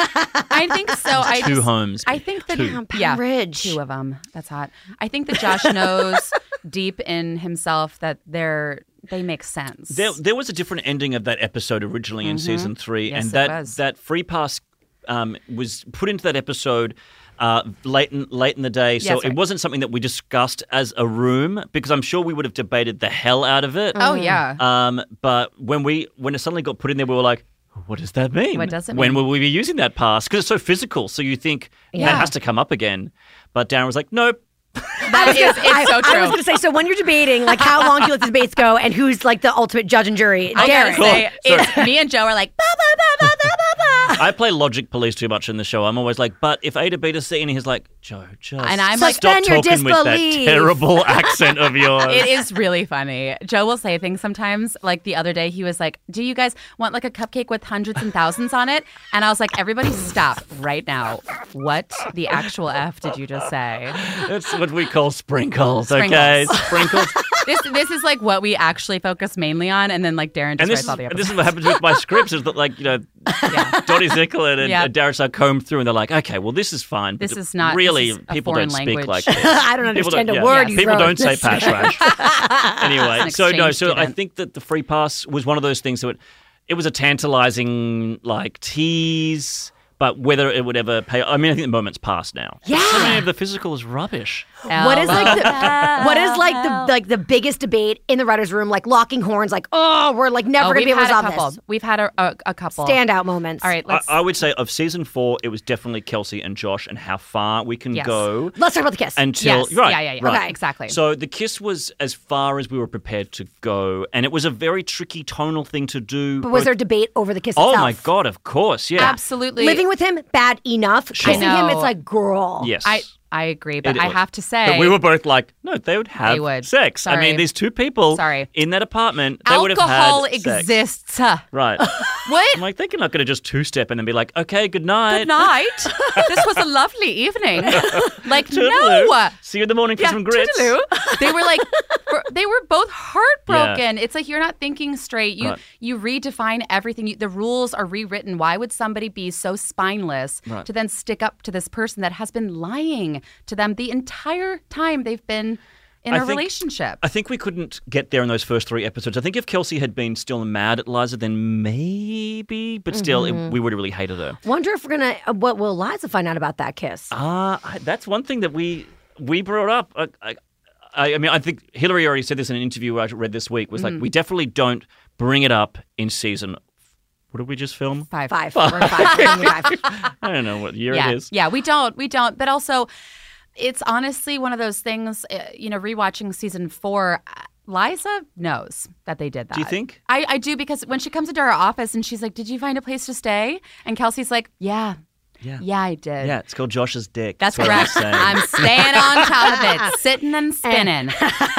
[SPEAKER 3] I think so. I
[SPEAKER 2] two
[SPEAKER 3] just,
[SPEAKER 2] homes.
[SPEAKER 3] I think that
[SPEAKER 2] Two.
[SPEAKER 3] yeah,
[SPEAKER 1] Ridge.
[SPEAKER 3] two of them. That's hot. I think that Josh knows deep in himself that they're they make sense.
[SPEAKER 2] There, there was a different ending of that episode originally in season three,
[SPEAKER 3] Mm-hmm. Yes,
[SPEAKER 2] and
[SPEAKER 3] it
[SPEAKER 2] that
[SPEAKER 3] was.
[SPEAKER 2] that free pass um, was put into that episode uh, late in, late in the day, so
[SPEAKER 3] Yes,
[SPEAKER 2] it
[SPEAKER 3] right.
[SPEAKER 2] wasn't something that we discussed as a room because I'm sure we would have debated the hell out of it.
[SPEAKER 3] oh yeah.
[SPEAKER 2] Um, but when we when it suddenly got put in there, we were like. What does that mean?
[SPEAKER 3] What does it
[SPEAKER 2] when
[SPEAKER 3] mean?"
[SPEAKER 2] will we be using that pass? Because it's so physical. So you think that
[SPEAKER 3] Yeah.
[SPEAKER 2] has to come up again. But Darren was like, nope.
[SPEAKER 3] that is it's
[SPEAKER 1] I,
[SPEAKER 3] so
[SPEAKER 1] I was
[SPEAKER 3] true.
[SPEAKER 1] going to say, so when you're debating, like how long do you let the debates go and who's like the ultimate judge and jury?
[SPEAKER 3] I gotta
[SPEAKER 1] Derek.
[SPEAKER 3] say,
[SPEAKER 2] Cool.
[SPEAKER 3] it's, me and Joe are like, bah, bah, bah, bah, bah, bah, bah.
[SPEAKER 2] I play logic police too much in the show. I'm always like, but if A to B to C, and he's like, Joe, just
[SPEAKER 3] And I'm
[SPEAKER 2] stop
[SPEAKER 3] like-
[SPEAKER 1] Suspend your
[SPEAKER 2] talking with that
[SPEAKER 1] disbelief.
[SPEAKER 2] terrible accent of yours.
[SPEAKER 3] It is really funny. Joe will say things sometimes. Like the other day, he was like, "Do you guys want like a cupcake with hundreds and thousands on it?" And I was like, "Everybody, stop right now! What the actual f did you just say?"
[SPEAKER 2] That's what we call sprinkles, okay? Sprinkles.
[SPEAKER 3] this this is like what we actually focus mainly on, and then like Darren
[SPEAKER 2] And
[SPEAKER 3] just writes
[SPEAKER 2] this is,
[SPEAKER 3] all the
[SPEAKER 2] and this
[SPEAKER 3] episodes.
[SPEAKER 2] is what happens with my scripts is that, like, you know,
[SPEAKER 3] Yeah.
[SPEAKER 2] Dottie Zicklin and, uh,
[SPEAKER 3] Yeah.
[SPEAKER 2] and Darren Starr comb through and they're like, okay, well, this is fine. but
[SPEAKER 3] This is not-
[SPEAKER 2] Really,
[SPEAKER 3] this is a
[SPEAKER 2] people
[SPEAKER 3] foreign
[SPEAKER 2] don't
[SPEAKER 3] language.
[SPEAKER 2] speak like this.
[SPEAKER 1] I don't
[SPEAKER 2] People don't-
[SPEAKER 1] understand a
[SPEAKER 2] yeah.
[SPEAKER 1] word you
[SPEAKER 2] People
[SPEAKER 1] wrote.
[SPEAKER 2] don't say pash rash. anyway,
[SPEAKER 3] an
[SPEAKER 2] so no,
[SPEAKER 3] exchange
[SPEAKER 2] so I
[SPEAKER 3] student.
[SPEAKER 2] think that the free pass was one of those things that it was a tantalizing like tease, but whether it would ever pay. I mean, I think the moment's passed now.
[SPEAKER 1] Yeah.
[SPEAKER 2] so many of the physical is rubbish.
[SPEAKER 1] What is like the
[SPEAKER 3] LOL.
[SPEAKER 1] what is like the like the biggest debate in the writers' room? Like locking horns, like oh, we're like never
[SPEAKER 3] Oh,
[SPEAKER 1] gonna
[SPEAKER 3] we've
[SPEAKER 1] be able to
[SPEAKER 3] had a
[SPEAKER 1] resolve
[SPEAKER 3] couple.
[SPEAKER 1] this.
[SPEAKER 3] We've had a, a, a couple.
[SPEAKER 1] Standout moments.
[SPEAKER 3] All right,
[SPEAKER 2] I,
[SPEAKER 3] let's.
[SPEAKER 2] I would say of season four, it was definitely Kelsey and Josh and how far we can
[SPEAKER 3] Yes.
[SPEAKER 2] go
[SPEAKER 1] let's talk about the kiss.
[SPEAKER 2] until
[SPEAKER 3] yes.
[SPEAKER 2] right,
[SPEAKER 3] yeah, yeah, yeah.
[SPEAKER 2] right.
[SPEAKER 3] Okay, exactly.
[SPEAKER 2] So the kiss was as far as we were prepared to go, and it was a very tricky tonal thing to do.
[SPEAKER 1] but was
[SPEAKER 2] both-
[SPEAKER 1] there debate over the kiss
[SPEAKER 2] Oh
[SPEAKER 1] itself?
[SPEAKER 2] my god! Of course, yeah.
[SPEAKER 3] Absolutely.
[SPEAKER 1] Living with him, bad enough. Kissing him,
[SPEAKER 3] know.
[SPEAKER 1] it's like girl.
[SPEAKER 2] Yes.
[SPEAKER 3] I I agree, but
[SPEAKER 2] It-
[SPEAKER 3] I have to say,
[SPEAKER 2] But we were both like, no, they would have
[SPEAKER 3] They would.
[SPEAKER 2] sex. I
[SPEAKER 3] Sorry.
[SPEAKER 2] mean, these two people
[SPEAKER 3] Sorry.
[SPEAKER 2] in that apartment, they would have
[SPEAKER 3] alcohol
[SPEAKER 2] had sex.
[SPEAKER 3] exists.
[SPEAKER 2] Right.
[SPEAKER 3] What?
[SPEAKER 2] I'm like, they're not going to just two step and then be like, okay, good night.
[SPEAKER 3] Good night. this was a lovely evening. Like
[SPEAKER 2] Toodaloo.
[SPEAKER 3] no.
[SPEAKER 2] See you in the morning for some grits.
[SPEAKER 3] toodaloo. they were like, for- they were both heartbroken. It's like you're not thinking straight. You
[SPEAKER 2] Right.
[SPEAKER 3] you redefine everything. You, the rules are rewritten. Why would somebody be so spineless
[SPEAKER 2] Right.
[SPEAKER 3] to then stick up to this person that has been lying to them the entire time they've been in
[SPEAKER 2] I
[SPEAKER 3] a
[SPEAKER 2] think-
[SPEAKER 3] relationship.
[SPEAKER 2] I think we couldn't get there in those first three episodes. I think if Kelsey had been still mad at Liza, then maybe, but still,
[SPEAKER 3] Mm-hmm.
[SPEAKER 2] it, we would have really hated her.
[SPEAKER 1] Wonder if we're gonna. uh, What will Liza find out about that kiss?
[SPEAKER 2] Ah, I- that's one thing that we we brought up. I, I, I I mean, I think Hillary already said this in an interview I read this week. Was
[SPEAKER 3] Mm.
[SPEAKER 2] like, we definitely don't bring it up in season. What did we just film?
[SPEAKER 3] Five.
[SPEAKER 1] Five. We're five. We're in five.
[SPEAKER 2] I don't know what year
[SPEAKER 3] yeah.
[SPEAKER 2] it is.
[SPEAKER 3] Yeah, we don't. We don't. But also, it's honestly one of those things, uh, you know, rewatching season four, uh, Liza knows that they did that.
[SPEAKER 2] Do you think?
[SPEAKER 3] I, I do because when she comes into our office and she's like, Did you find a place to stay? And Kelsey's like, Yeah,
[SPEAKER 2] Yeah.
[SPEAKER 3] yeah, I did.
[SPEAKER 2] Yeah, it's called Josh's dick.
[SPEAKER 3] That's
[SPEAKER 2] what
[SPEAKER 3] correct.
[SPEAKER 2] I'm saying.
[SPEAKER 3] I'm staying on top of it, sitting and spinning.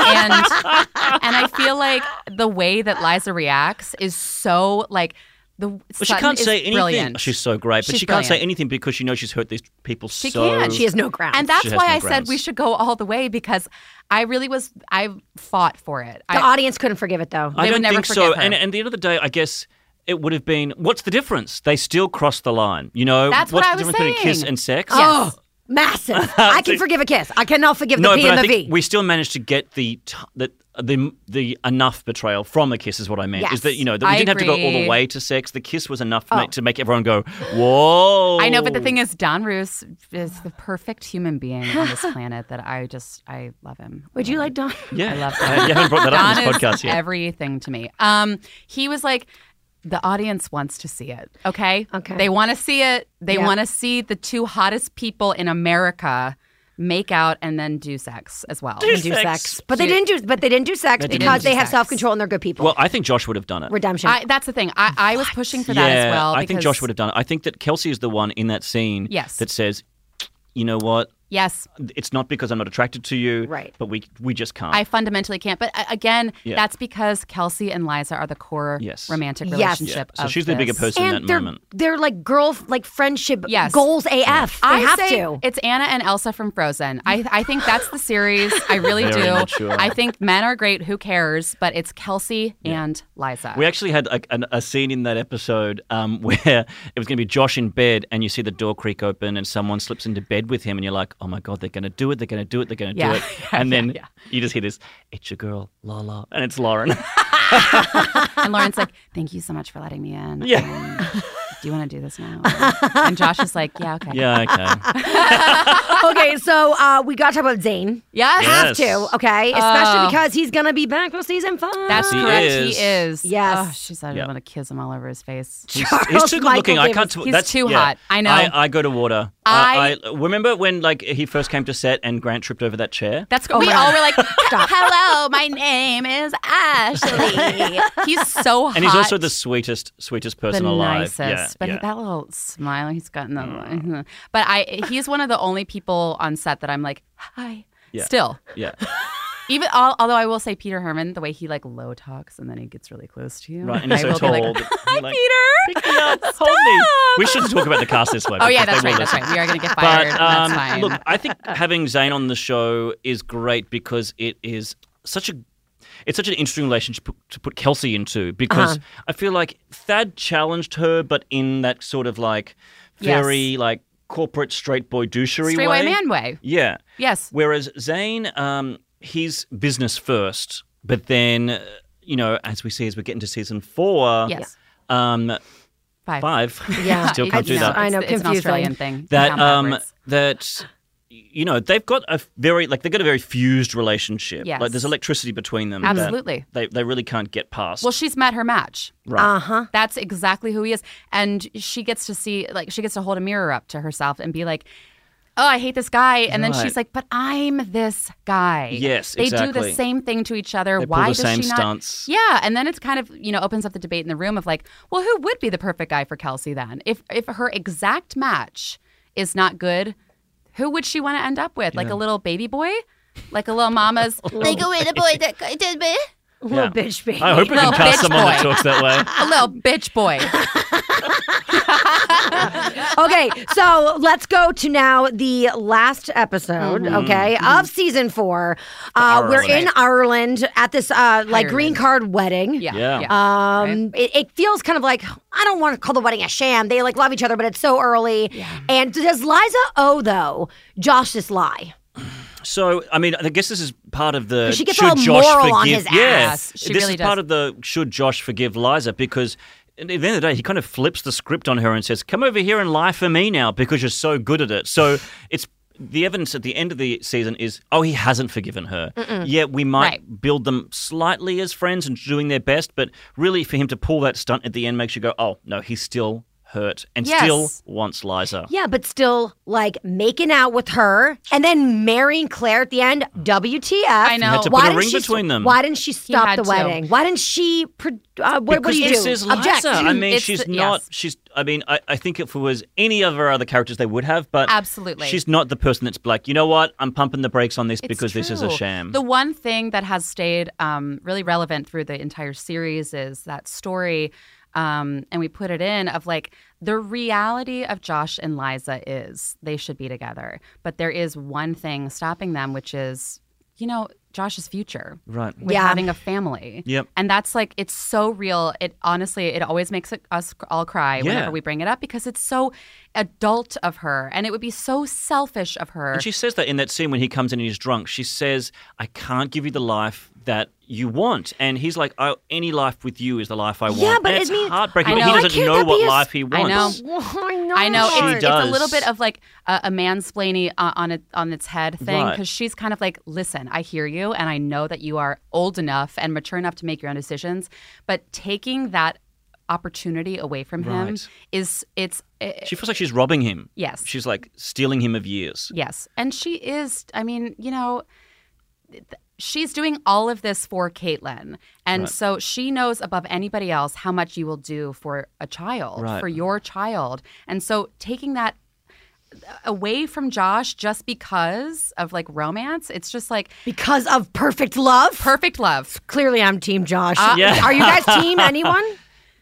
[SPEAKER 3] And and I feel like the way that Liza reacts is so like the
[SPEAKER 2] But she
[SPEAKER 3] Sutton
[SPEAKER 2] can't
[SPEAKER 3] is
[SPEAKER 2] say anything.
[SPEAKER 3] Brilliant.
[SPEAKER 2] She's so great, but
[SPEAKER 3] She's
[SPEAKER 2] she can't say
[SPEAKER 3] brilliant.
[SPEAKER 2] anything because she knows she's hurt these people
[SPEAKER 3] She
[SPEAKER 2] so.
[SPEAKER 3] can't.
[SPEAKER 1] She has no ground.
[SPEAKER 3] And that's
[SPEAKER 2] has
[SPEAKER 3] why
[SPEAKER 2] no
[SPEAKER 3] I said
[SPEAKER 2] grounds.
[SPEAKER 3] we should go all the way because I really was I fought for it.
[SPEAKER 1] the
[SPEAKER 3] I,
[SPEAKER 1] audience couldn't forgive it though.
[SPEAKER 2] I
[SPEAKER 3] They
[SPEAKER 2] don't
[SPEAKER 3] would never
[SPEAKER 2] think so.
[SPEAKER 3] forgive her.
[SPEAKER 2] And and at the end of the day, I guess it would have been. What's the difference? They still cross the line. You know.
[SPEAKER 3] That's what
[SPEAKER 2] what's
[SPEAKER 3] I
[SPEAKER 2] the
[SPEAKER 3] was
[SPEAKER 2] difference between a kiss
[SPEAKER 3] saying.
[SPEAKER 2] and sex?
[SPEAKER 1] Oh, massive! I can forgive a kiss. I cannot forgive the
[SPEAKER 2] No,
[SPEAKER 1] P
[SPEAKER 2] but
[SPEAKER 1] and
[SPEAKER 2] I
[SPEAKER 1] the
[SPEAKER 2] think
[SPEAKER 1] V.
[SPEAKER 2] we still managed to get the t- the the the enough betrayal from a kiss is what I meant. Is that
[SPEAKER 3] Yes,
[SPEAKER 2] you know that we
[SPEAKER 3] I
[SPEAKER 2] didn't have to go all the
[SPEAKER 3] agree. Oh.
[SPEAKER 2] way to sex. The kiss was enough ma- to make everyone go whoa.
[SPEAKER 3] I know,
[SPEAKER 1] Oh.
[SPEAKER 3] but the thing is, Don Roos is the perfect human being on this planet that I just I love him.
[SPEAKER 1] Would you like Don?
[SPEAKER 2] yeah,
[SPEAKER 3] I love
[SPEAKER 2] Uh, you haven't brought that up on
[SPEAKER 3] Don
[SPEAKER 2] this
[SPEAKER 3] is
[SPEAKER 2] podcast yet.
[SPEAKER 3] everything to me. Um, he was like, the audience wants to see it. Okay,
[SPEAKER 1] Okay.
[SPEAKER 3] They want to see it. They
[SPEAKER 1] Yeah.
[SPEAKER 3] want to see the two hottest people in America make out and then do sex as well.
[SPEAKER 1] Didn't do
[SPEAKER 2] sex.
[SPEAKER 1] sex, but they didn't do. But they didn't do sex
[SPEAKER 2] didn't
[SPEAKER 1] because
[SPEAKER 3] do
[SPEAKER 1] they have
[SPEAKER 3] sex.
[SPEAKER 1] self control and they're good people.
[SPEAKER 2] well, I think Josh would have done it.
[SPEAKER 1] Redemption.
[SPEAKER 3] I, that's the thing. I, I was pushing for that
[SPEAKER 2] yeah,
[SPEAKER 3] as well.
[SPEAKER 2] I think
[SPEAKER 3] because-
[SPEAKER 2] Josh would have done it. I think that Kelsey is the one in that scene
[SPEAKER 3] Yes.
[SPEAKER 2] that says, you know what,
[SPEAKER 3] Yes,
[SPEAKER 2] it's not because I'm not attracted to you,
[SPEAKER 1] Right.
[SPEAKER 2] But we we just can't.
[SPEAKER 3] I fundamentally can't. But uh, again,
[SPEAKER 2] Yeah.
[SPEAKER 3] that's because Kelsey and Liza are the core
[SPEAKER 2] Yes.
[SPEAKER 3] romantic
[SPEAKER 1] Yes.
[SPEAKER 2] yeah.
[SPEAKER 3] relationship.
[SPEAKER 2] So
[SPEAKER 3] of
[SPEAKER 2] she's the bigger
[SPEAKER 3] this.
[SPEAKER 2] person
[SPEAKER 1] and
[SPEAKER 2] in that
[SPEAKER 1] they're
[SPEAKER 2] moment.
[SPEAKER 1] they're like girl like friendship
[SPEAKER 3] Yes.
[SPEAKER 1] goals AF. They
[SPEAKER 3] I
[SPEAKER 1] have
[SPEAKER 3] say
[SPEAKER 1] to.
[SPEAKER 3] It's Anna and Elsa from Frozen. I, I think that's the series. I really
[SPEAKER 2] Very
[SPEAKER 3] do.
[SPEAKER 2] mature.
[SPEAKER 3] I think men are great. Who cares? But it's Kelsey and Liza.
[SPEAKER 2] We actually had a, an, a scene in that episode um, where it was going to be Josh in bed, and you see the door creak open, and someone slips into bed with him, and you're like, "Oh my god, they're going to do it! They're going to do it! They're going to
[SPEAKER 3] Yeah.
[SPEAKER 2] do it!" And
[SPEAKER 3] Yeah,
[SPEAKER 2] then
[SPEAKER 3] yeah.
[SPEAKER 2] you just hear this, "It's your girl, la la," and it's Lauren.
[SPEAKER 3] and Lauren's like, "Thank you so much for letting me in.
[SPEAKER 2] Yeah.
[SPEAKER 3] Um, do you want to do this now?" and Josh is like, "Yeah, okay.
[SPEAKER 2] yeah, okay.
[SPEAKER 1] okay, so uh, we got to talk about Zayn.
[SPEAKER 3] Yes.
[SPEAKER 2] Yeah.
[SPEAKER 1] Have to,
[SPEAKER 2] Yes.
[SPEAKER 1] okay, especially because he's gonna be back for season five.
[SPEAKER 3] Oh. That's
[SPEAKER 2] He
[SPEAKER 3] correct.
[SPEAKER 2] is.
[SPEAKER 3] He is.
[SPEAKER 1] Yes.
[SPEAKER 3] Oh, she said, "I
[SPEAKER 2] Yeah.
[SPEAKER 3] want to kiss him all over his face."
[SPEAKER 2] He's,
[SPEAKER 1] Charles
[SPEAKER 2] he's too good
[SPEAKER 1] Michael
[SPEAKER 2] looking. I can't.
[SPEAKER 1] Davis.
[SPEAKER 2] tw-
[SPEAKER 3] He's
[SPEAKER 2] that's-
[SPEAKER 3] too
[SPEAKER 2] yeah.
[SPEAKER 3] hot. I know.
[SPEAKER 2] I, I go to water.
[SPEAKER 3] I-
[SPEAKER 2] I remember when like he first came to set and Grant tripped over that chair.
[SPEAKER 3] That's we all were like, "Hello, my name is Ashley." he's so hot,
[SPEAKER 2] And he's also the sweetest, sweetest
[SPEAKER 3] the
[SPEAKER 2] person alive.
[SPEAKER 3] nicest.
[SPEAKER 2] Yeah,
[SPEAKER 3] but
[SPEAKER 2] yeah. Mm.
[SPEAKER 3] that little smile he's gotten. That, but I, he's one of the only people on set that I'm like, "Hi."
[SPEAKER 2] Yeah.
[SPEAKER 3] Still,
[SPEAKER 2] yeah.
[SPEAKER 3] even al- although I will say Peter Herman, the way he like low talks and then he gets really close to you,
[SPEAKER 2] Right, and he's
[SPEAKER 3] I
[SPEAKER 2] so
[SPEAKER 3] will
[SPEAKER 2] tall.
[SPEAKER 3] be like,
[SPEAKER 2] that you're like,
[SPEAKER 3] Peter.
[SPEAKER 2] Hold me. We shouldn't talk about the cast this way.
[SPEAKER 3] Oh yeah,
[SPEAKER 2] because
[SPEAKER 3] that's
[SPEAKER 2] they
[SPEAKER 3] right.
[SPEAKER 2] will
[SPEAKER 3] That's
[SPEAKER 2] listen.
[SPEAKER 3] right. We are gonna get fired.
[SPEAKER 2] But
[SPEAKER 3] and that's
[SPEAKER 2] um,
[SPEAKER 3] fine.
[SPEAKER 2] look, I think having Zayn on the show is great because it is such a it's such an interesting relationship to put- to put Kelsey into because
[SPEAKER 3] Uh-huh.
[SPEAKER 2] I feel like Thad challenged her, but in that sort of like
[SPEAKER 3] Yes.
[SPEAKER 2] very like corporate straight boy douchery
[SPEAKER 3] Straight
[SPEAKER 2] way.
[SPEAKER 3] way man way.
[SPEAKER 2] Yeah.
[SPEAKER 3] Yes.
[SPEAKER 2] Whereas Zayn, um, he's business first, but then uh, you know, as we see as we get into season four,
[SPEAKER 3] Yes.
[SPEAKER 2] um,
[SPEAKER 3] Five.
[SPEAKER 2] five,
[SPEAKER 1] Yeah.
[SPEAKER 2] still
[SPEAKER 3] It-
[SPEAKER 2] can't
[SPEAKER 1] I
[SPEAKER 2] do
[SPEAKER 1] know.
[SPEAKER 2] that
[SPEAKER 1] I know,
[SPEAKER 3] It's, it's an
[SPEAKER 1] confusing.
[SPEAKER 3] Australian thing.
[SPEAKER 2] that
[SPEAKER 3] Count
[SPEAKER 2] um
[SPEAKER 3] backwards.
[SPEAKER 2] that you know they've got a very like they've got a very fused relationship
[SPEAKER 3] Yes.
[SPEAKER 2] like there's electricity between them that
[SPEAKER 3] Absolutely.
[SPEAKER 2] they, they really can't get past
[SPEAKER 3] Well, Uh-huh. she's met her match.
[SPEAKER 2] right
[SPEAKER 1] uh huh.
[SPEAKER 3] That's exactly who he is, and she gets to see, like, she gets to hold a mirror up to herself and be like, "Oh, I hate this guy," and then
[SPEAKER 2] Right.
[SPEAKER 3] she's like, "But I'm this guy."
[SPEAKER 2] Yes,
[SPEAKER 3] they do the
[SPEAKER 2] exactly.
[SPEAKER 3] same thing to each other.
[SPEAKER 2] they
[SPEAKER 3] Why
[SPEAKER 2] pull the
[SPEAKER 3] does
[SPEAKER 2] same
[SPEAKER 3] she not?
[SPEAKER 2] stunts
[SPEAKER 3] Yeah, and then it's kind of you know opens up the debate in the room of like, well, who would be the perfect guy for Kelsey then? If if her exact match is not good, who would she want to end up with? Like a little baby boy, like a little mama's like a little boy that did me,
[SPEAKER 1] Little
[SPEAKER 2] Yeah.
[SPEAKER 1] bitch baby.
[SPEAKER 2] I hope we can
[SPEAKER 3] Little
[SPEAKER 2] cast
[SPEAKER 3] bitch
[SPEAKER 2] someone that
[SPEAKER 3] boy.
[SPEAKER 2] talks that way.
[SPEAKER 3] a little bitch boy.
[SPEAKER 1] okay, so let's go to now the last episode, okay, of season four. Uh, we're in Ireland at this uh, like green
[SPEAKER 3] Ireland.
[SPEAKER 1] card wedding.
[SPEAKER 3] Yeah,
[SPEAKER 2] Yeah.
[SPEAKER 1] Um, it, it feels kind of like I don't want to call the wedding a sham. They like love each other, but it's so early. And does Liza owe though Josh this lie?
[SPEAKER 2] So, I mean, I guess this is part of the
[SPEAKER 1] She gets
[SPEAKER 2] should
[SPEAKER 1] all
[SPEAKER 2] Josh
[SPEAKER 1] moral on
[SPEAKER 2] forgive?
[SPEAKER 1] his
[SPEAKER 2] yeah,
[SPEAKER 1] ass.
[SPEAKER 3] She
[SPEAKER 2] this
[SPEAKER 3] really
[SPEAKER 2] is
[SPEAKER 3] does.
[SPEAKER 2] part of the should Josh forgive Liza because. At the end of the day, he kind of flips the script on her and says, "Come over here and lie for me now because you're so good at it." So it's the evidence at the end of the season is, oh, he hasn't forgiven her. Yet we might
[SPEAKER 3] Right.
[SPEAKER 2] build them slightly as friends and doing their best, but really for him to pull that stunt at the end makes you go, oh no, he's still hurt and
[SPEAKER 3] Yes.
[SPEAKER 2] still wants Liza.
[SPEAKER 1] Yeah, but still like making out with her and then marrying Claire at the end. WTF?
[SPEAKER 3] I know. Had
[SPEAKER 2] to put a
[SPEAKER 1] didn't
[SPEAKER 2] ring
[SPEAKER 1] she-
[SPEAKER 2] between them.
[SPEAKER 1] Why didn't she stop
[SPEAKER 3] had
[SPEAKER 1] the
[SPEAKER 3] to.
[SPEAKER 1] wedding? Why didn't she? pro- Uh, what, what do you
[SPEAKER 2] because
[SPEAKER 1] do?
[SPEAKER 2] this is
[SPEAKER 1] Object.
[SPEAKER 2] Liza. I mean,
[SPEAKER 3] It's
[SPEAKER 2] she's
[SPEAKER 3] the-
[SPEAKER 2] not.
[SPEAKER 3] yes.
[SPEAKER 2] She's. I mean, I, I think if it was any of her other characters, they would have. But
[SPEAKER 3] Absolutely.
[SPEAKER 2] she's not the person that's like, you know what? I'm pumping the brakes on this
[SPEAKER 3] It's
[SPEAKER 2] because this is a
[SPEAKER 3] true.
[SPEAKER 2] sham.
[SPEAKER 3] The one thing that has stayed um, really relevant through the entire series is that story, um, and we put it in of like the reality of Josh and Liza is they should be together, but there is one thing stopping them, which is you know Josh's future
[SPEAKER 2] right.
[SPEAKER 3] with
[SPEAKER 1] Yeah.
[SPEAKER 3] having a family.
[SPEAKER 2] Yep.
[SPEAKER 3] And that's like it's so real. It honestly it always makes it- us all cry
[SPEAKER 2] Yeah.
[SPEAKER 3] whenever we bring it up because it's so adult of her and it would be so selfish of her.
[SPEAKER 2] And she says that in that scene when he comes in and he's drunk. She says, "I can't give you the life that you want," and he's like, "Oh, any life with you is the life I want."
[SPEAKER 1] Yeah, but
[SPEAKER 2] and
[SPEAKER 1] I
[SPEAKER 2] it's
[SPEAKER 1] mean-
[SPEAKER 2] heartbreaking.
[SPEAKER 3] I
[SPEAKER 2] but
[SPEAKER 3] know.
[SPEAKER 2] he
[SPEAKER 3] Why
[SPEAKER 2] doesn't
[SPEAKER 1] can't
[SPEAKER 2] know
[SPEAKER 1] that
[SPEAKER 2] what
[SPEAKER 1] be a-
[SPEAKER 2] life he
[SPEAKER 3] I
[SPEAKER 2] wants.
[SPEAKER 3] know.
[SPEAKER 1] Why
[SPEAKER 3] I know
[SPEAKER 2] She
[SPEAKER 3] it's, it's a
[SPEAKER 2] does.
[SPEAKER 3] little bit of like a, a mansplaining uh, on it on its head thing
[SPEAKER 2] Right.
[SPEAKER 3] because she's kind of like, listen, I hear you, and I know that you are old enough and mature enough to make your own decisions, but taking that opportunity away from him
[SPEAKER 2] Right.
[SPEAKER 3] is it's it,
[SPEAKER 2] She feels like she's robbing him.
[SPEAKER 3] yes,
[SPEAKER 2] She's like stealing him of years.
[SPEAKER 3] yes, and she is. I mean, you know. th- She's doing all of this for Caitlyn. And
[SPEAKER 2] Right.
[SPEAKER 3] so she knows above anybody else how much you will do for a child,
[SPEAKER 2] Right.
[SPEAKER 3] for your child. And so taking that away from Josh just because of like romance. It's just like
[SPEAKER 1] because of perfect love.
[SPEAKER 3] perfect love.
[SPEAKER 1] Clearly, I'm Team Josh.
[SPEAKER 3] Uh,
[SPEAKER 2] Yeah.
[SPEAKER 1] Are you guys Team anyone?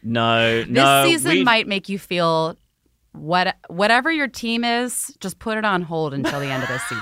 [SPEAKER 2] No,
[SPEAKER 3] This
[SPEAKER 2] no.
[SPEAKER 3] season
[SPEAKER 2] we-
[SPEAKER 3] might make you feel what whatever your team is, just put it on hold until the end of this season.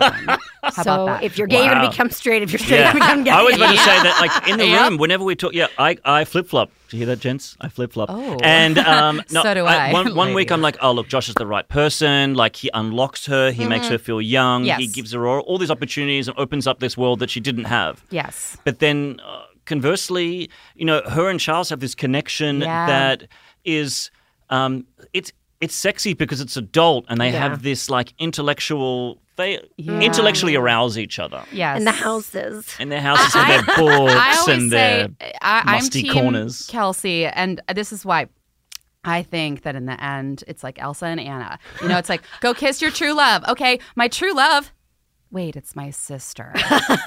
[SPEAKER 3] How
[SPEAKER 1] so
[SPEAKER 3] about that?
[SPEAKER 1] if you're gay, you're
[SPEAKER 2] Wow.
[SPEAKER 1] gonna become straight. If you're straight, you're gonna become gay.
[SPEAKER 2] I was about to say that, like in the room, whenever we talk, yeah, I, I flip flop. Do you hear that, gents? I flip flop.
[SPEAKER 3] Oh.
[SPEAKER 2] and um, no,
[SPEAKER 3] So do I,
[SPEAKER 2] one one week,
[SPEAKER 3] ladies.
[SPEAKER 2] I'm like, oh look, Josh is the right person. Like he unlocks her, he makes her feel young, he
[SPEAKER 3] Mm-hmm. Yes.
[SPEAKER 2] gives her all, all these opportunities and opens up this world that she didn't have.
[SPEAKER 3] yes.
[SPEAKER 2] But then, uh, conversely, you know, her and Charles have this connection
[SPEAKER 3] Yeah.
[SPEAKER 2] that is, um, it's it's sexy because it's adult, and they
[SPEAKER 1] Yeah.
[SPEAKER 2] have this like intellectual. They
[SPEAKER 3] Yeah.
[SPEAKER 2] intellectually arouse each other.
[SPEAKER 3] Yes.
[SPEAKER 1] in the houses.
[SPEAKER 2] And their houses have their
[SPEAKER 3] I
[SPEAKER 2] books
[SPEAKER 3] always
[SPEAKER 2] and their
[SPEAKER 3] say uh, I, I'm
[SPEAKER 2] musty
[SPEAKER 3] team
[SPEAKER 2] corners.
[SPEAKER 3] Kelsey, and this is why I think that in the end, it's like Elsa and Anna. You know, it's like go kiss your true love. Okay, my true love. Wait, it's my sister.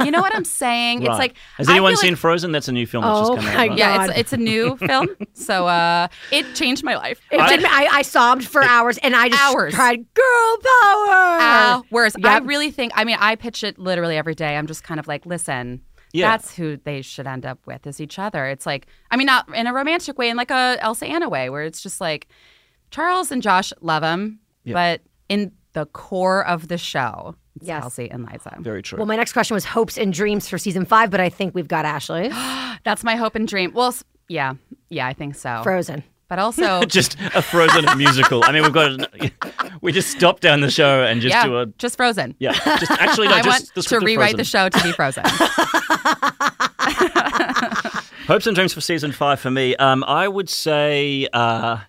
[SPEAKER 3] you know what I'm saying?
[SPEAKER 2] Right.
[SPEAKER 3] It's like
[SPEAKER 2] has
[SPEAKER 3] I
[SPEAKER 2] anyone
[SPEAKER 3] feel
[SPEAKER 2] seen
[SPEAKER 3] Like,
[SPEAKER 2] Frozen? That's a new film that's
[SPEAKER 1] Oh
[SPEAKER 2] just come
[SPEAKER 1] my
[SPEAKER 2] out. right?
[SPEAKER 3] yeah,
[SPEAKER 1] God.
[SPEAKER 3] it's, it's a new film, so uh, it changed my life.
[SPEAKER 1] It did, I, I sobbed for hours, and I just
[SPEAKER 3] Hours.
[SPEAKER 1] cried, "Girl power."
[SPEAKER 3] Hours. I
[SPEAKER 1] Yep.
[SPEAKER 3] really think. I mean, I pitch it literally every day. I'm just kind of like, listen.
[SPEAKER 2] Yeah.
[SPEAKER 3] That's who they should end up with is each other. It's like, I mean, not in a romantic way, in like a Elsa Anna way, where it's just like Charles and Josh love him, but in the core of the show, it's
[SPEAKER 1] Yes.
[SPEAKER 3] Elsie and Liza.
[SPEAKER 2] Very true.
[SPEAKER 1] Well, my next question was hopes and dreams for season five, but I think we've got Ashley
[SPEAKER 3] That's my hope and dream. Well, s- yeah, yeah, I think so.
[SPEAKER 1] Frozen.
[SPEAKER 3] but also,
[SPEAKER 2] just a Frozen musical. I mean, we've got an, we just stop down the show and just
[SPEAKER 3] yeah,
[SPEAKER 2] do a
[SPEAKER 3] just Frozen.
[SPEAKER 2] yeah. Just actually, no,
[SPEAKER 3] I
[SPEAKER 2] just
[SPEAKER 3] want
[SPEAKER 2] the
[SPEAKER 3] to
[SPEAKER 2] script of
[SPEAKER 3] rewrite
[SPEAKER 2] Frozen.
[SPEAKER 3] the show to be Frozen.
[SPEAKER 2] Hopes and dreams for season five for me. Um, I would say. Uh,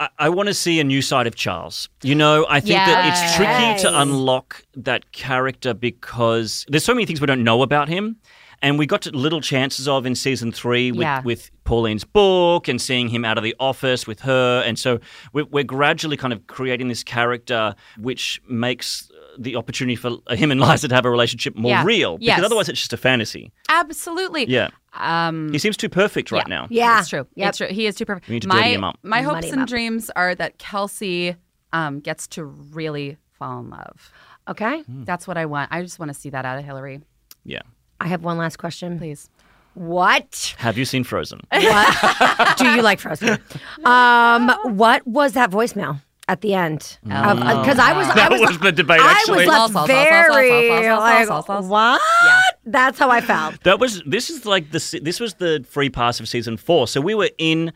[SPEAKER 2] I- I want to see a new side of Charles. You know, I think that it's tricky
[SPEAKER 1] Yes.
[SPEAKER 2] to unlock that character because there's so many things we don't know about him. And we got to little chances of in season three with,
[SPEAKER 3] Yeah.
[SPEAKER 2] with Pauline's book and seeing him out of the office with her. And so we're, we're gradually kind of creating this character, which makes the opportunity for him and Liza to have a relationship more
[SPEAKER 3] Yeah.
[SPEAKER 2] real. Because
[SPEAKER 3] Yes.
[SPEAKER 2] otherwise, it's just a fantasy.
[SPEAKER 3] Absolutely.
[SPEAKER 2] Yeah.
[SPEAKER 3] Um,
[SPEAKER 2] He seems too perfect right now.
[SPEAKER 1] Yeah,
[SPEAKER 3] It's true.
[SPEAKER 1] Yep.
[SPEAKER 3] It's true. He is too perfect.
[SPEAKER 2] We need to
[SPEAKER 3] my,
[SPEAKER 2] dirty him up.
[SPEAKER 3] My hopes
[SPEAKER 1] Muddy him
[SPEAKER 3] and
[SPEAKER 1] up.
[SPEAKER 3] dreams are that Kelsey um, gets to really fall in love.
[SPEAKER 1] Okay,
[SPEAKER 2] Hmm.
[SPEAKER 3] That's what I want. I just want to see that out of Hillary.
[SPEAKER 2] Yeah.
[SPEAKER 1] I have one last question.
[SPEAKER 3] Please.
[SPEAKER 1] What?
[SPEAKER 2] Have you seen Frozen?
[SPEAKER 1] what do you like Frozen? Um, what was that voicemail at the end? Because I was, I
[SPEAKER 2] That
[SPEAKER 1] was,
[SPEAKER 2] was, the debate,
[SPEAKER 1] I
[SPEAKER 2] actually.
[SPEAKER 1] was
[SPEAKER 3] False, false, false,
[SPEAKER 1] like very
[SPEAKER 3] false, false, false,
[SPEAKER 1] like
[SPEAKER 3] false.
[SPEAKER 1] what?
[SPEAKER 3] Yeah.
[SPEAKER 1] That's how I felt.
[SPEAKER 2] That was this is like the se- this was the free pass of season four. So we were in,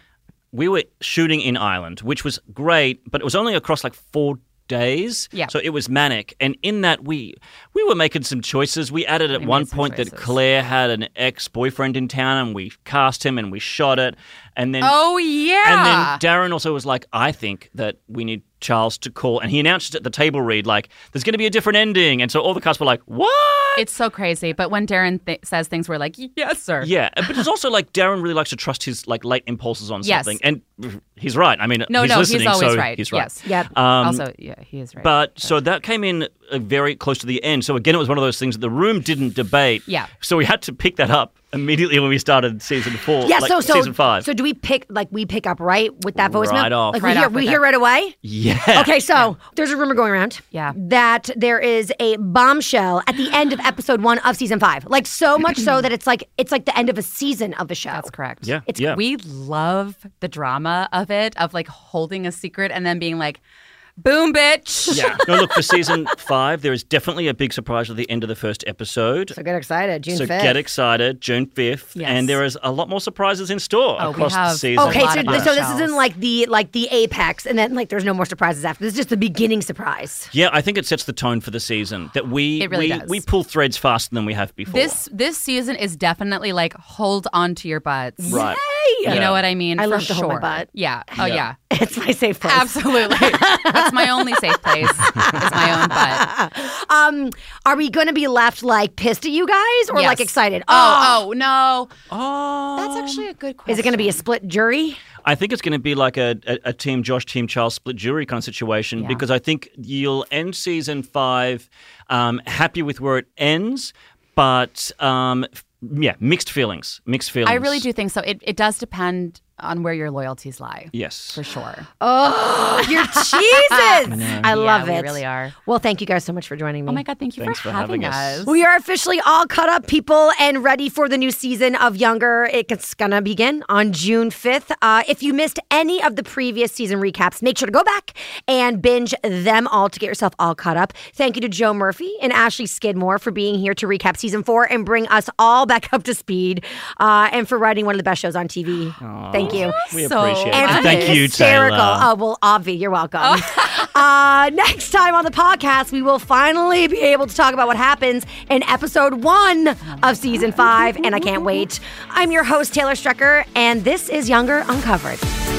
[SPEAKER 2] we were shooting in Ireland, which was great, but it was only across like four days.
[SPEAKER 3] Yeah.
[SPEAKER 2] So it was manic, and in that we we were making some choices. We added at
[SPEAKER 3] We
[SPEAKER 2] one
[SPEAKER 3] made some
[SPEAKER 2] point that
[SPEAKER 3] choices.
[SPEAKER 2] Claire had an ex boyfriend in town, and we cast him, and we shot it, and then
[SPEAKER 3] Oh
[SPEAKER 2] and
[SPEAKER 3] yeah.
[SPEAKER 2] then Darren also was like, I think that we need Charles to call. And he announced at the table read, like, there's going to be a different ending. And so all the cast were like, what?
[SPEAKER 3] it's so crazy. But when Darren th- says things, we're like, yes, sir.
[SPEAKER 2] yeah. But it's also like Darren really likes to trust his like late impulses on
[SPEAKER 3] Yes.
[SPEAKER 2] something. And he's right. I mean,
[SPEAKER 3] No,
[SPEAKER 2] he's
[SPEAKER 3] no,
[SPEAKER 2] listening,
[SPEAKER 3] he's always
[SPEAKER 2] so
[SPEAKER 3] right.
[SPEAKER 2] He's right.
[SPEAKER 3] Yes.
[SPEAKER 1] Yep.
[SPEAKER 2] Um,
[SPEAKER 3] also, yeah, he is right.
[SPEAKER 2] But so that came in uh, very close to the end. So again, it was one of those things that the room didn't debate.
[SPEAKER 3] Yeah.
[SPEAKER 2] So we had to pick that up immediately when we started season four.
[SPEAKER 1] Yeah,
[SPEAKER 2] like
[SPEAKER 1] so so
[SPEAKER 2] season five.
[SPEAKER 1] So do we pick like we pick up right with that voicemail?
[SPEAKER 2] Right off.
[SPEAKER 1] Like we
[SPEAKER 3] Right
[SPEAKER 1] hear
[SPEAKER 3] off
[SPEAKER 1] we
[SPEAKER 3] with
[SPEAKER 1] hear
[SPEAKER 3] it.
[SPEAKER 1] right away.
[SPEAKER 2] yeah.
[SPEAKER 1] Okay, so there's a rumor going around.
[SPEAKER 3] Yeah.
[SPEAKER 1] That there is a bombshell at the end of episode one of season five. Like so much so that it's like it's like the end of a season of the show.
[SPEAKER 3] That's correct.
[SPEAKER 2] Yeah. It's- yeah.
[SPEAKER 3] We love the drama of it, of like holding a secret and then being like, boom, bitch.
[SPEAKER 2] Yeah. No, look, for season five, there is definitely a big surprise at the end of the first episode.
[SPEAKER 1] So get excited, June
[SPEAKER 2] So
[SPEAKER 1] 5th.
[SPEAKER 2] get excited, June 5th.
[SPEAKER 3] Yes.
[SPEAKER 2] And there is a lot more surprises in store
[SPEAKER 3] Oh, we
[SPEAKER 2] across the
[SPEAKER 3] have
[SPEAKER 2] season.
[SPEAKER 3] a
[SPEAKER 1] Okay,
[SPEAKER 3] lot
[SPEAKER 1] so,
[SPEAKER 3] of
[SPEAKER 1] th- so this
[SPEAKER 3] bombshells.
[SPEAKER 1] isn't like the like the apex, and then like there's no more surprises after. This is just the beginning surprise.
[SPEAKER 2] Yeah, I think it sets the tone for the season that we
[SPEAKER 3] It really
[SPEAKER 2] we,
[SPEAKER 3] does.
[SPEAKER 2] we pull threads faster than we have before.
[SPEAKER 3] This this season is definitely like hold on to your butts.
[SPEAKER 2] right.
[SPEAKER 1] Hey,
[SPEAKER 3] You
[SPEAKER 2] Yeah.
[SPEAKER 3] know what I mean?
[SPEAKER 1] I
[SPEAKER 3] For
[SPEAKER 1] love to
[SPEAKER 3] sure.
[SPEAKER 1] hold my butt.
[SPEAKER 3] Yeah. Oh
[SPEAKER 2] Yeah.
[SPEAKER 3] yeah.
[SPEAKER 1] it's my safe place.
[SPEAKER 3] Absolutely. That's my only safe place. Is my own butt.
[SPEAKER 1] Um, are we going to be left like pissed at you guys or like
[SPEAKER 3] Yes.
[SPEAKER 1] excited?
[SPEAKER 3] Oh, oh no.
[SPEAKER 2] Oh,
[SPEAKER 3] That's actually a good question.
[SPEAKER 1] is it going to be a split jury?
[SPEAKER 2] I think it's going to be like a, a, a team Josh, team Charles split jury kind of situation
[SPEAKER 3] Yeah.
[SPEAKER 2] because I think you'll end season five um, happy with where it ends, but um, f- yeah, mixed feelings. Mixed feelings.
[SPEAKER 3] I really do think so. It it does depend on where your loyalties lie.
[SPEAKER 2] Yes.
[SPEAKER 3] For sure.
[SPEAKER 1] Oh, you're cheeses! I, love
[SPEAKER 3] Yeah,
[SPEAKER 1] it.
[SPEAKER 3] We really are.
[SPEAKER 1] Well, thank you guys so much for joining me.
[SPEAKER 3] Oh my god, thank you
[SPEAKER 2] Thanks for having us.
[SPEAKER 1] We are officially all caught up, people, and ready for the new season of Younger. It's gonna begin on June 5th. Uh, if you missed any of the previous season recaps, make sure to go back and binge them all to get yourself all caught up. Thank you to Joe Murphy and Ashley Skidmore for being here to recap season four and bring us all back up to speed uh, and for writing one of the best shows on TV. Thank you.
[SPEAKER 2] We
[SPEAKER 3] So-
[SPEAKER 2] appreciate it.
[SPEAKER 1] And
[SPEAKER 3] And
[SPEAKER 2] Thank you, Taylor.
[SPEAKER 1] hysterical. Oh, well, Avi, you're welcome. uh, next time on the podcast, we will finally be able to talk about what happens in episode one of season five, and I can't wait. I'm your host, Taylor Strecker, and this is Younger Uncovered.